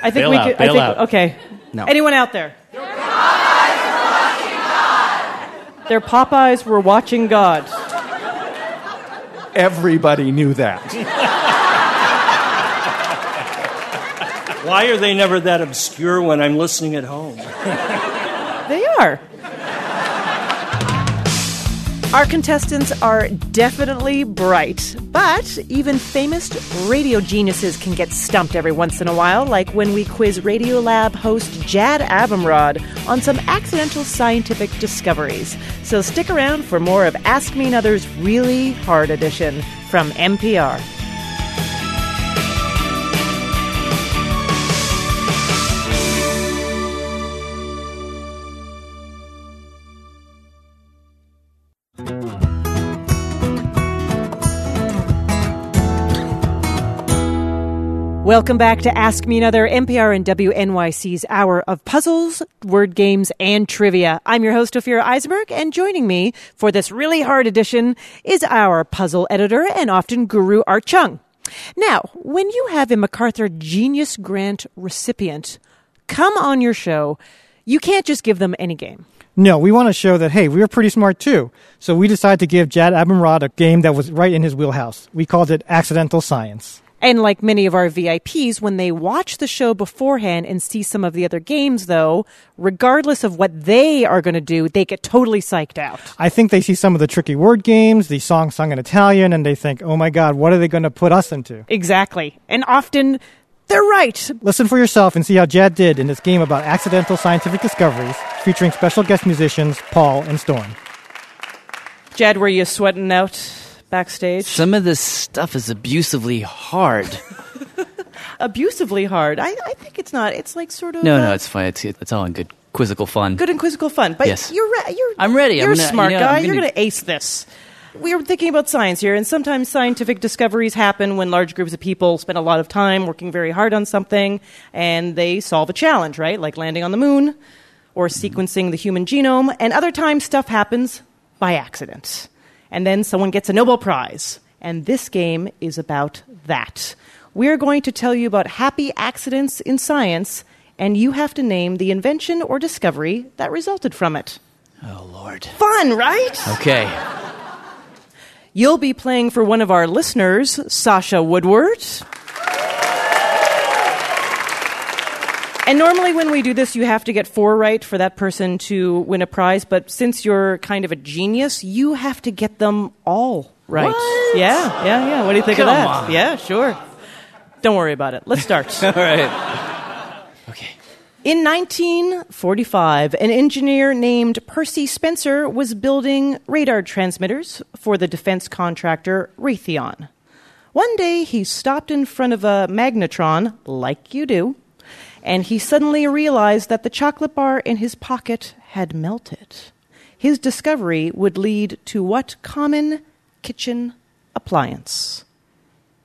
[SPEAKER 1] I think
[SPEAKER 17] Bail
[SPEAKER 1] we
[SPEAKER 17] out,
[SPEAKER 1] could.
[SPEAKER 17] bail
[SPEAKER 1] I think,
[SPEAKER 17] out.
[SPEAKER 1] Okay.
[SPEAKER 17] No.
[SPEAKER 1] Anyone out there? Their Popeyes were watching God.
[SPEAKER 17] Everybody knew that.
[SPEAKER 15] Why are they never that obscure when I'm listening at home?
[SPEAKER 1] They are. Our contestants are definitely bright, but even famous radio geniuses can get stumped every once in a while, like when we quiz Radiolab host Jad Abumrad on some accidental scientific discoveries. So stick around for more of Ask Me Another's Really Hard Edition from NPR. Welcome back to Ask Me Another, NPR and WNYC's Hour of Puzzles, Word Games, and Trivia. I'm your host, Ophira Eisenberg, and joining me for this really hard edition is our puzzle editor and often guru, Art Chung. Now, when you have a MacArthur Genius Grant recipient come on your show, you can't just give them any game.
[SPEAKER 2] No, we want to show that, hey, we were pretty smart too. So we decided to give Jad Abumrad a game that was right in his wheelhouse. We called it Accidental Science.
[SPEAKER 1] And like many of our VIPs, when they watch the show beforehand and see some of the other games, though, regardless of what they are going to do, they get totally psyched out.
[SPEAKER 2] I think they see some of the tricky word games, the songs sung in Italian, and they think, oh my God, what are they going to put us into?
[SPEAKER 1] Exactly. And often they're right.
[SPEAKER 2] Listen for yourself and see how Jad did in this game about accidental scientific discoveries featuring special guest musicians Paul and Storm.
[SPEAKER 1] Jed, were you sweating out backstage?
[SPEAKER 18] Some of this stuff is abusively hard.
[SPEAKER 1] Abusively hard. I, I think it's not. It's like sort of
[SPEAKER 18] No,
[SPEAKER 1] uh,
[SPEAKER 18] no, it's fine. It's, it's all in good quizzical fun.
[SPEAKER 1] good and quizzical fun. But
[SPEAKER 18] Yes.
[SPEAKER 1] you're re- you're
[SPEAKER 18] I'm ready. I'm
[SPEAKER 1] You're a
[SPEAKER 18] gonna-
[SPEAKER 1] smart
[SPEAKER 18] you know,
[SPEAKER 1] guy.
[SPEAKER 18] I'm
[SPEAKER 1] You're
[SPEAKER 18] gonna-
[SPEAKER 1] going to ace this. We are thinking about science here, and sometimes scientific discoveries happen when large groups of people spend a lot of time working very hard on something, and they solve a challenge, right? Like landing on the moon, or sequencing the human genome. And other times, stuff happens by accident, and then someone gets a Nobel Prize. And this game is about that. We're going to tell you about happy accidents in science, and you have to name the invention or discovery that resulted from it.
[SPEAKER 18] Oh, Lord.
[SPEAKER 1] Fun, right?
[SPEAKER 18] Okay.
[SPEAKER 1] You'll be playing for one of our listeners, Sasha Woodward. And normally, when we do this, you have to get four right for that person to win a prize. But since you're kind of a genius, you have to get them all right. Yeah, yeah, yeah. What do you think
[SPEAKER 18] Come
[SPEAKER 1] of that?
[SPEAKER 18] on.
[SPEAKER 1] Yeah, sure. Don't worry about it. Let's start.
[SPEAKER 18] (laughs) all right.
[SPEAKER 1] In 1945, an engineer named Percy Spencer was building radar transmitters for the defense contractor Raytheon. One day, he stopped in front of a magnetron, like you do, and he suddenly realized that the chocolate bar in his pocket had melted. His discovery would lead to what common kitchen appliance?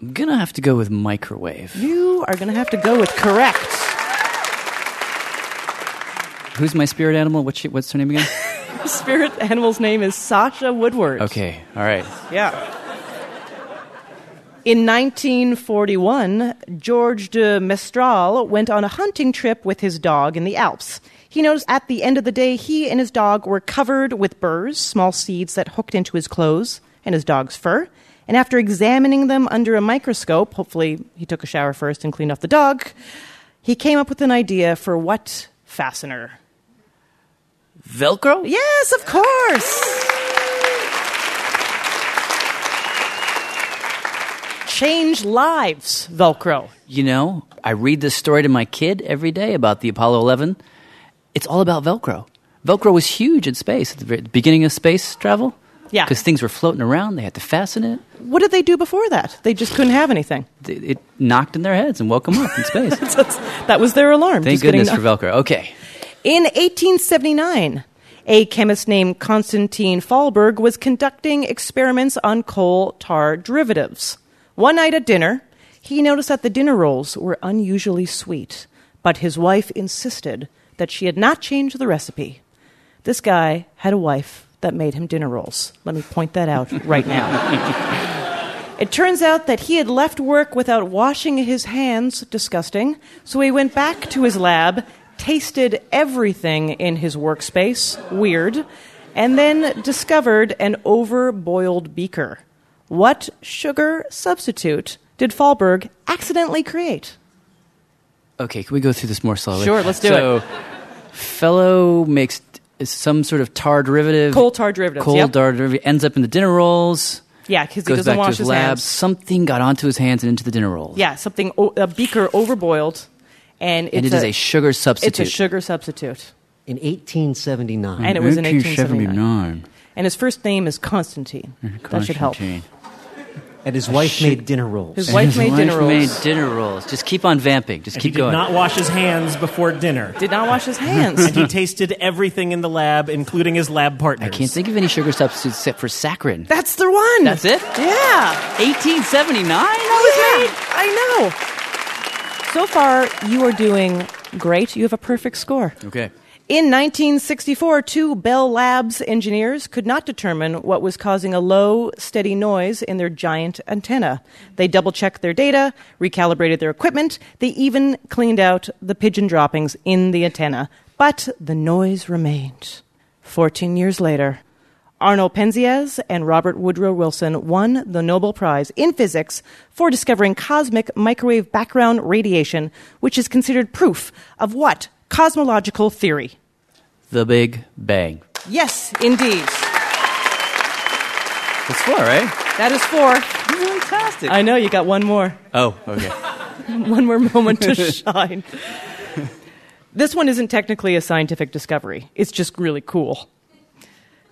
[SPEAKER 18] I'm going to have to go with microwave.
[SPEAKER 1] You are going to have to go with correct.
[SPEAKER 18] Who's my spirit animal? What's, she, what's her name
[SPEAKER 1] (laughs)
[SPEAKER 18] again?
[SPEAKER 1] Spirit animal's name is Sasha Woodward.
[SPEAKER 18] okay. All right.
[SPEAKER 1] Yeah. In 1941, Georges de Mestral went on a hunting trip with his dog in the Alps. He noticed at the end of the day, he and his dog were covered with burrs, small seeds that hooked into his clothes and his dog's fur. And after examining them under a microscope, hopefully he took a shower first and cleaned off the dog, he came up with an idea for what fastener?
[SPEAKER 18] Velcro?
[SPEAKER 1] Yes, of course! change lives, Velcro.
[SPEAKER 18] You know, I read this story to my kid every day about the Apollo 11. It's all about Velcro. Velcro was huge in space at the very beginning of space travel.
[SPEAKER 1] Yeah.
[SPEAKER 18] Because things were floating around, they had to fasten it.
[SPEAKER 1] What did they do before that? They just couldn't have anything.
[SPEAKER 18] It, it knocked in their heads and woke them up
[SPEAKER 1] (laughs)
[SPEAKER 18] in space.
[SPEAKER 1] that was their alarm.
[SPEAKER 18] Thank
[SPEAKER 1] just getting
[SPEAKER 18] goodness for
[SPEAKER 1] knocked-
[SPEAKER 18] Velcro. Okay.
[SPEAKER 1] In 1879, a chemist named Konstantin Fallberg was conducting experiments on coal tar derivatives. One night at dinner, he noticed that the dinner rolls were unusually sweet, but his wife insisted that she had not changed the recipe. This guy had a wife that made him dinner rolls. Let me point that out right now.
[SPEAKER 18] (laughs)
[SPEAKER 1] It turns out that he had left work without washing his hands, disgusting, so he went back to his lab, tasted everything in his workspace, weird, and then discovered an overboiled beaker. What sugar substitute did Fallberg accidentally create?
[SPEAKER 18] Okay, can we go through this more slowly?
[SPEAKER 1] Sure, let's do
[SPEAKER 18] so, it. Fellow makes t- some sort of tar derivative.
[SPEAKER 1] Coal tar derivatives,
[SPEAKER 18] Coal
[SPEAKER 1] yep.
[SPEAKER 18] tar derivative. Ends up in the dinner rolls.
[SPEAKER 1] Yeah, 'cause he
[SPEAKER 18] goes
[SPEAKER 1] doesn't
[SPEAKER 18] back
[SPEAKER 1] wash
[SPEAKER 18] to his,
[SPEAKER 1] his
[SPEAKER 18] lab.
[SPEAKER 1] hands.
[SPEAKER 18] Something got onto his hands and into the dinner rolls.
[SPEAKER 1] Yeah, something, o- a beaker overboiled, and it's
[SPEAKER 18] And it is a sugar
[SPEAKER 1] It's a
[SPEAKER 18] substitute.
[SPEAKER 1] sugar substitute.
[SPEAKER 19] In 1879.
[SPEAKER 1] And it was in 1879. And his first name is Constantine.
[SPEAKER 18] Mm-hmm.
[SPEAKER 1] That should help.
[SPEAKER 19] And his wife made dinner rolls.
[SPEAKER 1] His wife made dinner
[SPEAKER 18] made
[SPEAKER 1] rolls.
[SPEAKER 18] dinner rolls. Just keep on vamping. Just
[SPEAKER 20] And
[SPEAKER 18] keep
[SPEAKER 20] he did
[SPEAKER 18] going.
[SPEAKER 20] not wash his hands before dinner.
[SPEAKER 1] Did
[SPEAKER 20] (laughs)
[SPEAKER 1] not wash his hands.
[SPEAKER 20] and he tasted everything in the lab, including his lab partners.
[SPEAKER 18] I can't think of any sugar substitutes except for saccharin.
[SPEAKER 1] That's the one.
[SPEAKER 18] That's it?
[SPEAKER 1] Yeah.
[SPEAKER 18] 1879?
[SPEAKER 1] yeah, I know. So far, you are doing great. You have a perfect score.
[SPEAKER 18] Okay.
[SPEAKER 1] In 1964, two Bell Labs engineers could not determine what was causing a low, steady noise in their giant antenna. They double checked their data, recalibrated their equipment, they even cleaned out the pigeon droppings in the antenna. But the noise remained. 14 years later, Arnold Penzias and Robert Woodrow Wilson won the Nobel Prize in Physics for discovering cosmic microwave background radiation, which is considered proof of what? Cosmological theory.
[SPEAKER 18] The Big Bang.
[SPEAKER 1] Yes, indeed.
[SPEAKER 18] That's four, right?
[SPEAKER 1] That is four. Fantastic. I know, you got one more. (laughs)
[SPEAKER 18] Oh, okay.
[SPEAKER 1] one more moment
[SPEAKER 18] (laughs)
[SPEAKER 1] to shine. This one isn't technically a scientific discovery, it's just really cool.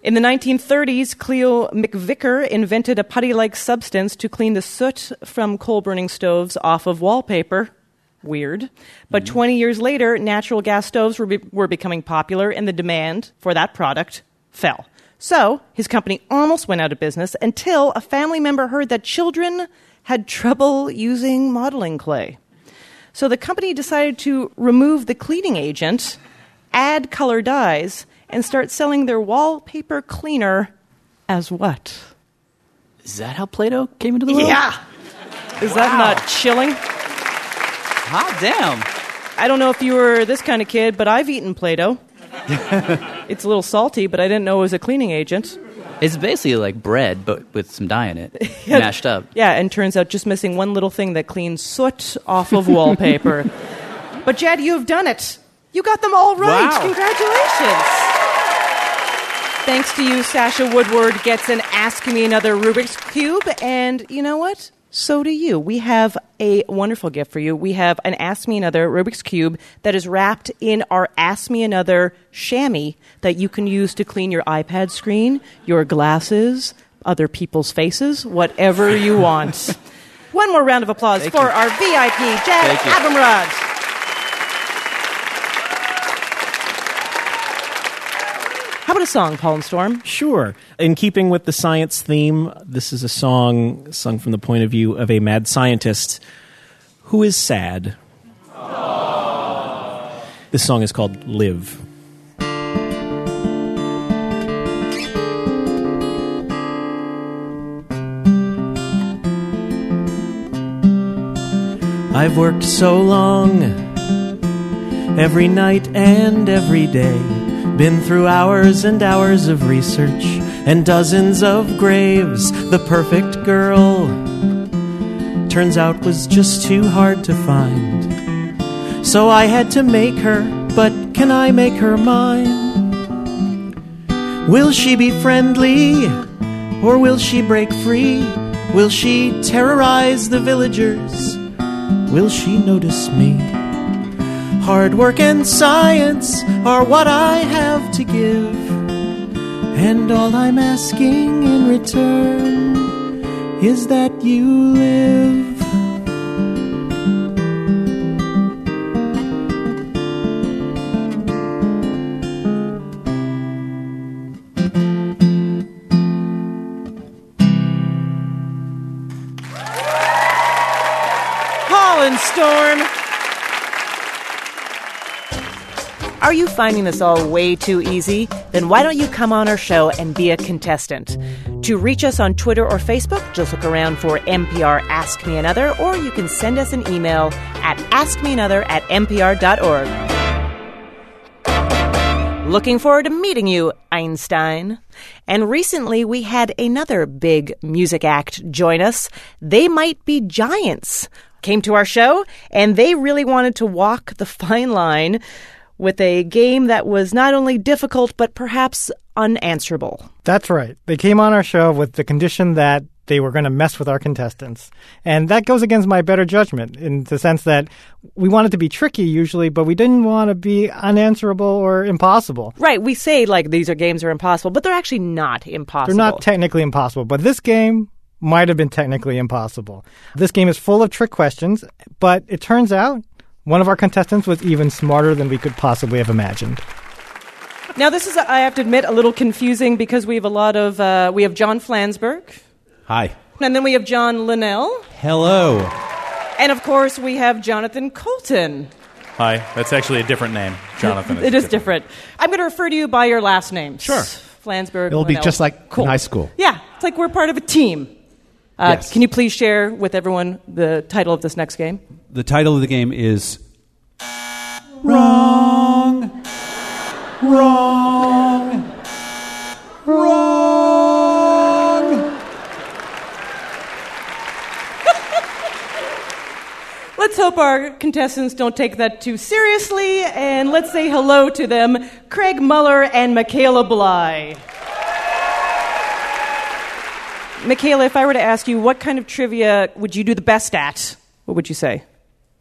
[SPEAKER 1] In the 1930s, Cleo McVicker invented a putty like substance to clean the soot from coal burning stoves off of wallpaper. Weird. But 20 years later, natural gas stoves were, be- were becoming popular and the demand for that product fell. So his company almost went out of business until a family member heard that children had trouble using modeling clay. So the company decided to remove the cleaning agent, add color dyes, and start selling their wallpaper cleaner as what?
[SPEAKER 18] Is that how Plato came into the world?
[SPEAKER 1] Yeah. Is that not chilling?
[SPEAKER 18] Hot damn.
[SPEAKER 1] I don't know if you were this kind of kid, but I've eaten Play Doh.
[SPEAKER 18] (laughs)
[SPEAKER 1] it's a little salty, but I didn't know it was a cleaning agent.
[SPEAKER 18] It's basically like bread, but with some dye in it, mashed up.
[SPEAKER 1] (laughs) Yeah, and turns out just missing one little thing that cleans soot off of wallpaper. But Jed, you have done it. You got them all right.
[SPEAKER 18] Wow.
[SPEAKER 1] Congratulations. Thanks to you, Sasha Woodward gets an Ask Me Another Rubik's Cube. And you know what? So do you. We have a wonderful gift for you. We have an Ask Me Another Rubik's Cube that is wrapped in our Ask Me Another chamois that you can use to clean your iPad screen, your glasses, other people's faces, whatever you
[SPEAKER 18] (laughs)
[SPEAKER 1] want. One more round of applause
[SPEAKER 18] Thank
[SPEAKER 1] for
[SPEAKER 18] you.
[SPEAKER 1] our VIP, Jed
[SPEAKER 18] Thank you.
[SPEAKER 1] Abumrad. How about a song, Paul and Storm?
[SPEAKER 20] Sure. In keeping with the science theme, this is a song sung from the point of view of a mad scientist who is sad. This song is called Live. I've worked so long, every night and every day. Been through hours and hours of research and dozens of graves. The perfect girl turns out was just too hard to find. So I had to make her, but can I make her mine? Will she be friendly or will she break free? Will she terrorize the villagers? Will she notice me? Hard work and science are what I have to give. And all I'm asking in return is that you live.
[SPEAKER 3] Colin Storm. Are you finding this all way too easy? Then why don't you come on our show and be a contestant? To reach us on Twitter or Facebook, just look around for NPR Ask Me Another, or you can send us an email at askmeanother at npr.org. Looking forward to meeting you, Einstein. And recently we had another big music act join us. They might be giants. Came to our show and they really wanted to walk the fine line with a game that was not only difficult but perhaps unanswerable.
[SPEAKER 2] That's right. They came on our show with the condition that they were going to mess with our contestants. And that goes against my better judgment in the sense that we wanted to be tricky usually, but we didn't want to be unanswerable or impossible.
[SPEAKER 3] Right, we say like these are games are impossible, but they're actually not impossible.
[SPEAKER 2] They're not technically impossible, but this game might have been technically impossible. This game is full of trick questions, but it turns out one of our contestants was even smarter than we could possibly have imagined.
[SPEAKER 1] Now, this is, I have to admit, a little confusing because we have a lot of, uh, we have John Flansburgh,
[SPEAKER 21] Hi.
[SPEAKER 1] and then we have John Linnell,
[SPEAKER 21] Hello.
[SPEAKER 1] and of course we have Jonathan Colton.
[SPEAKER 6] Hi. That's actually a different name, Jonathan.
[SPEAKER 1] It is different. I'm going to refer to you by your last name. Sure. Flansburgh.
[SPEAKER 21] It'll be
[SPEAKER 1] Linnell.
[SPEAKER 21] just like in high school.
[SPEAKER 1] Yeah, it's like we're part of a team. Uh, Can you please share with everyone the title of this next game?
[SPEAKER 21] The title of the game is
[SPEAKER 4] (laughs) Wrong. Wrong. Wrong.
[SPEAKER 1] (laughs) Let's hope our contestants don't take that too seriously, and let's say hello to them, Craig Muller and Michaela Bly. Michaela, if I were to ask you, what kind of trivia would you do the best at? What would you say?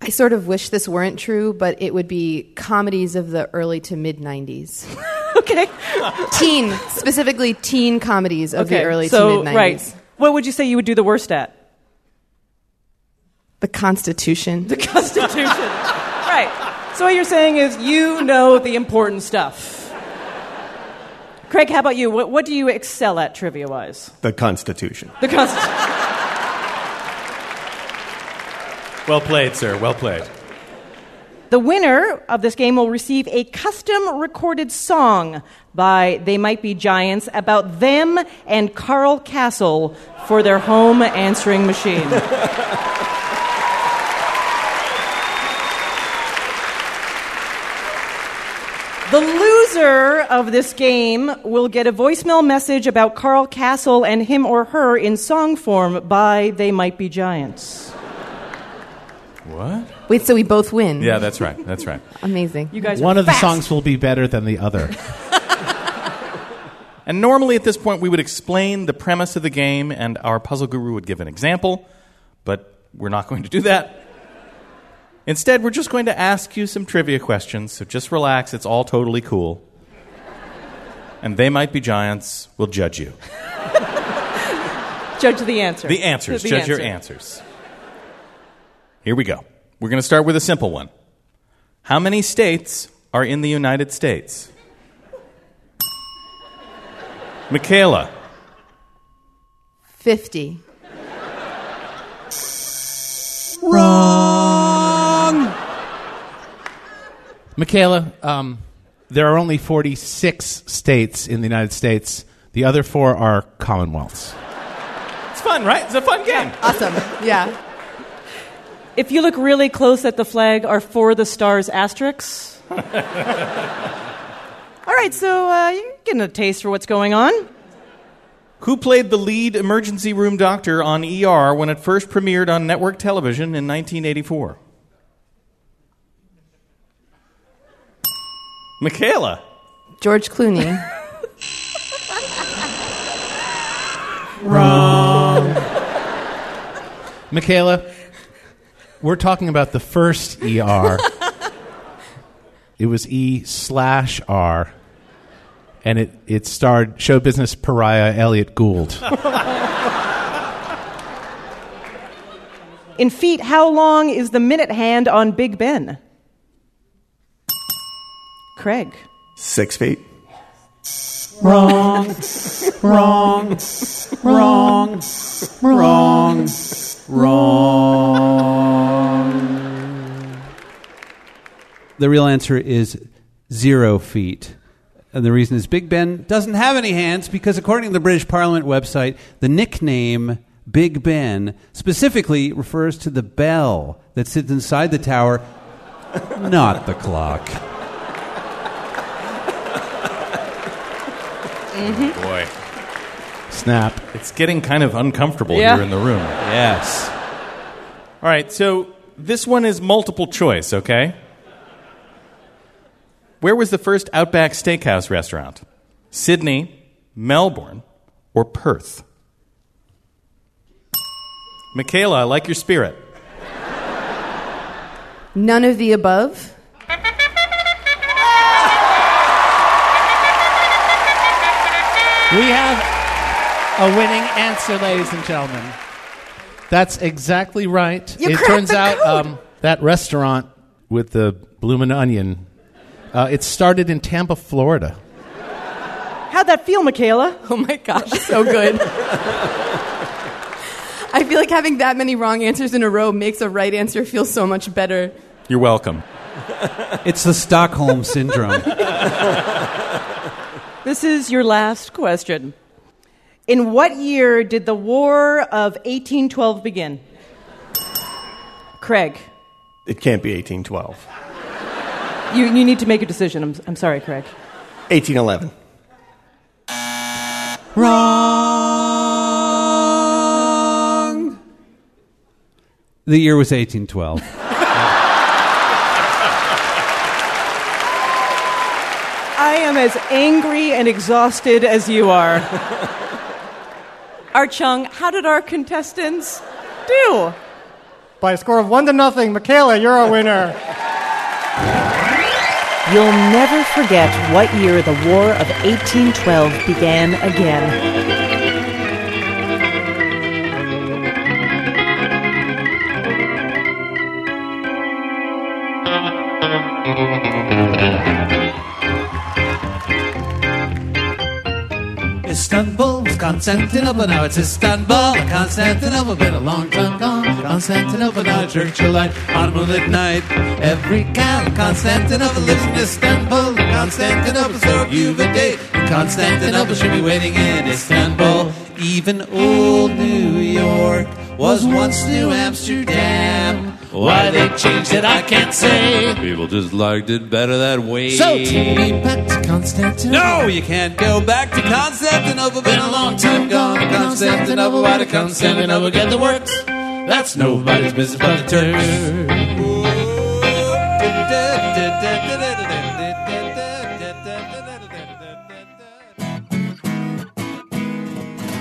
[SPEAKER 22] I sort of wish this weren't true, but it would be comedies of the early to mid 90s.
[SPEAKER 1] okay.
[SPEAKER 22] Teen, specifically teen comedies of the early
[SPEAKER 1] so,
[SPEAKER 22] to mid 90s.
[SPEAKER 1] Right. What would you say you would do the worst at?
[SPEAKER 22] The Constitution.
[SPEAKER 1] The (laughs) Constitution. right. So what you're saying is you know the important stuff. Craig, how about you? What, what do you excel at trivia wise?
[SPEAKER 23] The Constitution.
[SPEAKER 1] The Constitution.
[SPEAKER 21] Well played, sir. Well played.
[SPEAKER 1] (laughs) the winner of this game will receive a custom recorded song by They Might Be Giants about them and Carl Castle for their home answering machine. (laughs) The loser of this game will get a voicemail message about Carl Castle and him or her in song form by They Might Be Giants.
[SPEAKER 21] What?
[SPEAKER 22] Wait, so we both win?
[SPEAKER 21] Yeah, that's right. That's right.
[SPEAKER 22] Amazing.
[SPEAKER 1] You guys
[SPEAKER 21] One of the songs will be better than the other.
[SPEAKER 6] And normally at this point, we would explain the premise of the game and our puzzle guru would give an example, but we're not going to do that. Instead, we're just going to ask you some trivia questions, so just relax. It's all totally cool. And they might be giants. We'll judge you.
[SPEAKER 1] Judge the answer.
[SPEAKER 6] The answers. Judge your answers. Here we go. We're going to start with a simple one. How many states are in the United States? Michaela,
[SPEAKER 22] 50.
[SPEAKER 21] Wrong. Michaela, um, there are only 46 states in the United States. The other four are commonwealths.
[SPEAKER 6] it's fun, right? It's a fun game.
[SPEAKER 22] Awesome. Yeah.
[SPEAKER 1] If you look really close at the flag, are for the
[SPEAKER 6] (laughs)
[SPEAKER 1] stars asterisks? All right, so uh, you're getting a taste for what's going on.
[SPEAKER 6] Who played the lead emergency room doctor on ER when it first premiered on network television in 1984? Michaela.
[SPEAKER 22] George Clooney.
[SPEAKER 21] Michaela, we're talking about the first ER. it was E slash R, and it, it starred show business pariah Elliot Gould.
[SPEAKER 1] (laughs) In feet, how long is the minute hand on Big Ben? Craig.
[SPEAKER 13] Six feet.
[SPEAKER 4] Wrong. Wrong. Wrong. Wrong.
[SPEAKER 21] Mm-hmm.
[SPEAKER 4] Wrong.
[SPEAKER 7] The real answer is zero feet. And the reason is Big Ben doesn't have any hands because, according to the British Parliament website, the nickname Big Ben specifically refers to the bell that sits inside the tower, not the clock.
[SPEAKER 6] Boy. Snap. It's getting kind of uncomfortable
[SPEAKER 21] Yeah.
[SPEAKER 6] here in the room.
[SPEAKER 7] Yes.
[SPEAKER 6] All right, so this one is multiple choice, okay? Where was the first Outback Steakhouse restaurant? Sydney, Melbourne, or Perth? Michaela, I like your spirit.
[SPEAKER 22] None of the above.
[SPEAKER 21] We have a winning answer, ladies and gentlemen. That's exactly right.
[SPEAKER 4] You
[SPEAKER 21] it
[SPEAKER 4] cracked
[SPEAKER 21] turns
[SPEAKER 4] the
[SPEAKER 21] out
[SPEAKER 4] code.
[SPEAKER 21] um, that restaurant with the bloomin' onion, uh, it started in Tampa, Florida.
[SPEAKER 1] How'd that feel, Michaela?
[SPEAKER 9] Oh my gosh,
[SPEAKER 22] (laughs)
[SPEAKER 9] so good. I feel like having that many wrong answers in a row makes a right answer feel so much better.
[SPEAKER 6] You're welcome.
[SPEAKER 7] It's the Stockholm syndrome.
[SPEAKER 1] This is your last question. In what year did the War of 1812 begin? Craig,
[SPEAKER 13] It can't be 1812.
[SPEAKER 1] you, you need to make a decision. I'm, I'm sorry, Craig.
[SPEAKER 13] 1811.
[SPEAKER 7] Wrong. The year was 1812.
[SPEAKER 1] I am as angry and exhausted as you (laughs) are. Archung, how did our contestants do?
[SPEAKER 2] By a score of one to nothing, Michaela, you're a winner.
[SPEAKER 3] You'll never forget what year the War of 1812 began again.
[SPEAKER 4] Istanbul was Constantinople, now it's Istanbul. Constantinople been a long time gone. Constantinople now a church alight on a moonlit night. Every gal in Constantinople lives in Istanbul. Constantinople serve you a date. Constantinople should be waiting in Istanbul. Even old New York was once New Amsterdam. Why they changed it, I can't say.
[SPEAKER 23] People just liked it better that way.
[SPEAKER 4] So take me back to Constantinople.
[SPEAKER 7] No,
[SPEAKER 4] you can't go back to Constantinople. Been a long time gone. Constantinople, why to Constantinople get the works? That's nobody's business but the Turks.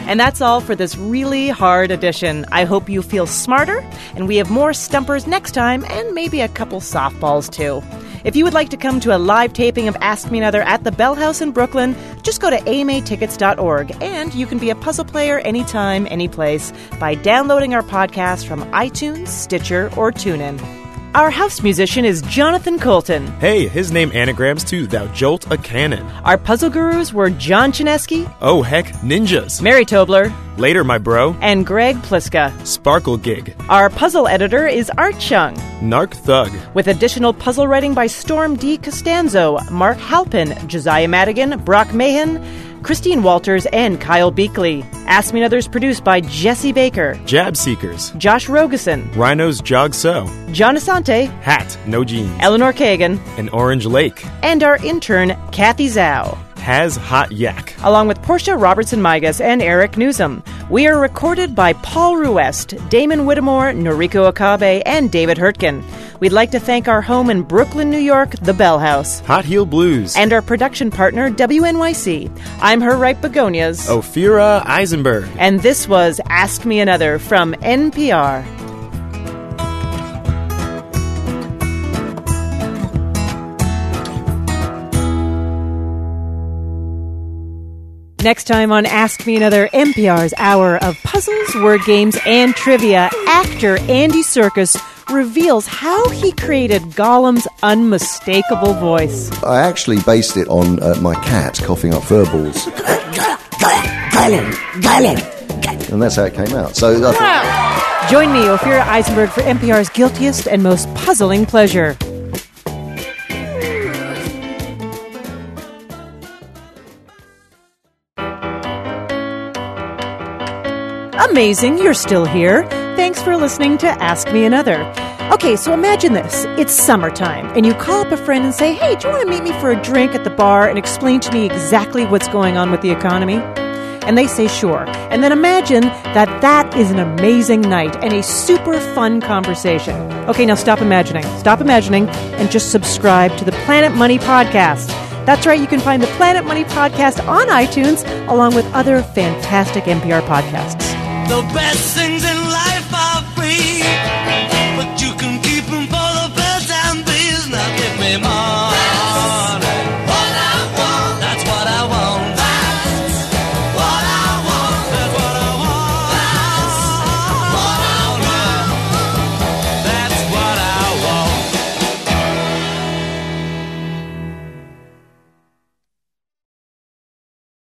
[SPEAKER 3] And that's all for this really hard edition. I hope you feel smarter, and we have more stumpers next time, and maybe a couple softballs too. If you would like to come to a live taping of Ask Me Another at the Bell House in Brooklyn, just go to amaytickets.org, and you can be a puzzle player anytime, anyplace by downloading our podcast from iTunes, Stitcher, or TuneIn. Our house musician is Jonathan Colton.
[SPEAKER 24] Hey, his name anagrams to Thou Jolt a Cannon.
[SPEAKER 3] Our puzzle gurus were John Chinesky,
[SPEAKER 24] Oh heck, ninjas.
[SPEAKER 3] Mary Tobler,
[SPEAKER 24] Later, my bro.
[SPEAKER 3] and Greg Pliska.
[SPEAKER 24] Sparkle Gig.
[SPEAKER 3] Our puzzle editor is Art Chung,
[SPEAKER 24] Narc Thug.
[SPEAKER 3] with additional puzzle writing by Storm D. Costanzo, Mark Halpin, Josiah Madigan, Brock Mahan,
[SPEAKER 1] Christine Walters, and Kyle Beakley. Ask Me Another is produced by Jesse Baker,
[SPEAKER 24] Jab Seekers.
[SPEAKER 1] Josh Rogeson,
[SPEAKER 24] Rhinos Jog So.
[SPEAKER 1] John Asante,
[SPEAKER 24] Hat No Jeans.
[SPEAKER 1] Eleanor Kagan,
[SPEAKER 24] An Orange Lake.
[SPEAKER 1] and our intern, Kathy Zhao.
[SPEAKER 24] Has Hot Yak.
[SPEAKER 1] along with Portia Robertson Migas and Eric Newsom. We are recorded by Paul Ruest, Damon Whittemore, Noriko Akabe, and David Hurtgen. We'd like to thank our home in Brooklyn, New York, the Bell House,
[SPEAKER 24] Hot Heel Blues.
[SPEAKER 1] and our production partner, WNYC. I'm her ripe begonias.
[SPEAKER 24] Oh, Ophira Eisenberg.
[SPEAKER 1] And this was Ask Me Another from NPR. Next time on Ask Me Another, NPR's hour of puzzles, word games, and trivia, actor Andy Serkis reveals how he created Gollum's unmistakable voice.
[SPEAKER 25] I actually based it on uh, my cat coughing up fur balls, and that's how it came out. So I thought,
[SPEAKER 1] Join me, Ophira Eisenberg, for NPR's guiltiest and most puzzling pleasure. Amazing, you're still here. Thanks for listening to Ask Me Another. Okay, so imagine this. It's summertime, and you call up a friend and say, Hey, do you want to meet me for a drink at the bar and explain to me exactly what's going on with the economy? And they say, Sure. And then imagine that that is an amazing night and a super fun conversation. Okay, now stop imagining. Stop imagining and just subscribe to the Planet Money Podcast. That's right, you can find the Planet Money Podcast on iTunes along with other fantastic NPR podcasts.
[SPEAKER 26] The best things in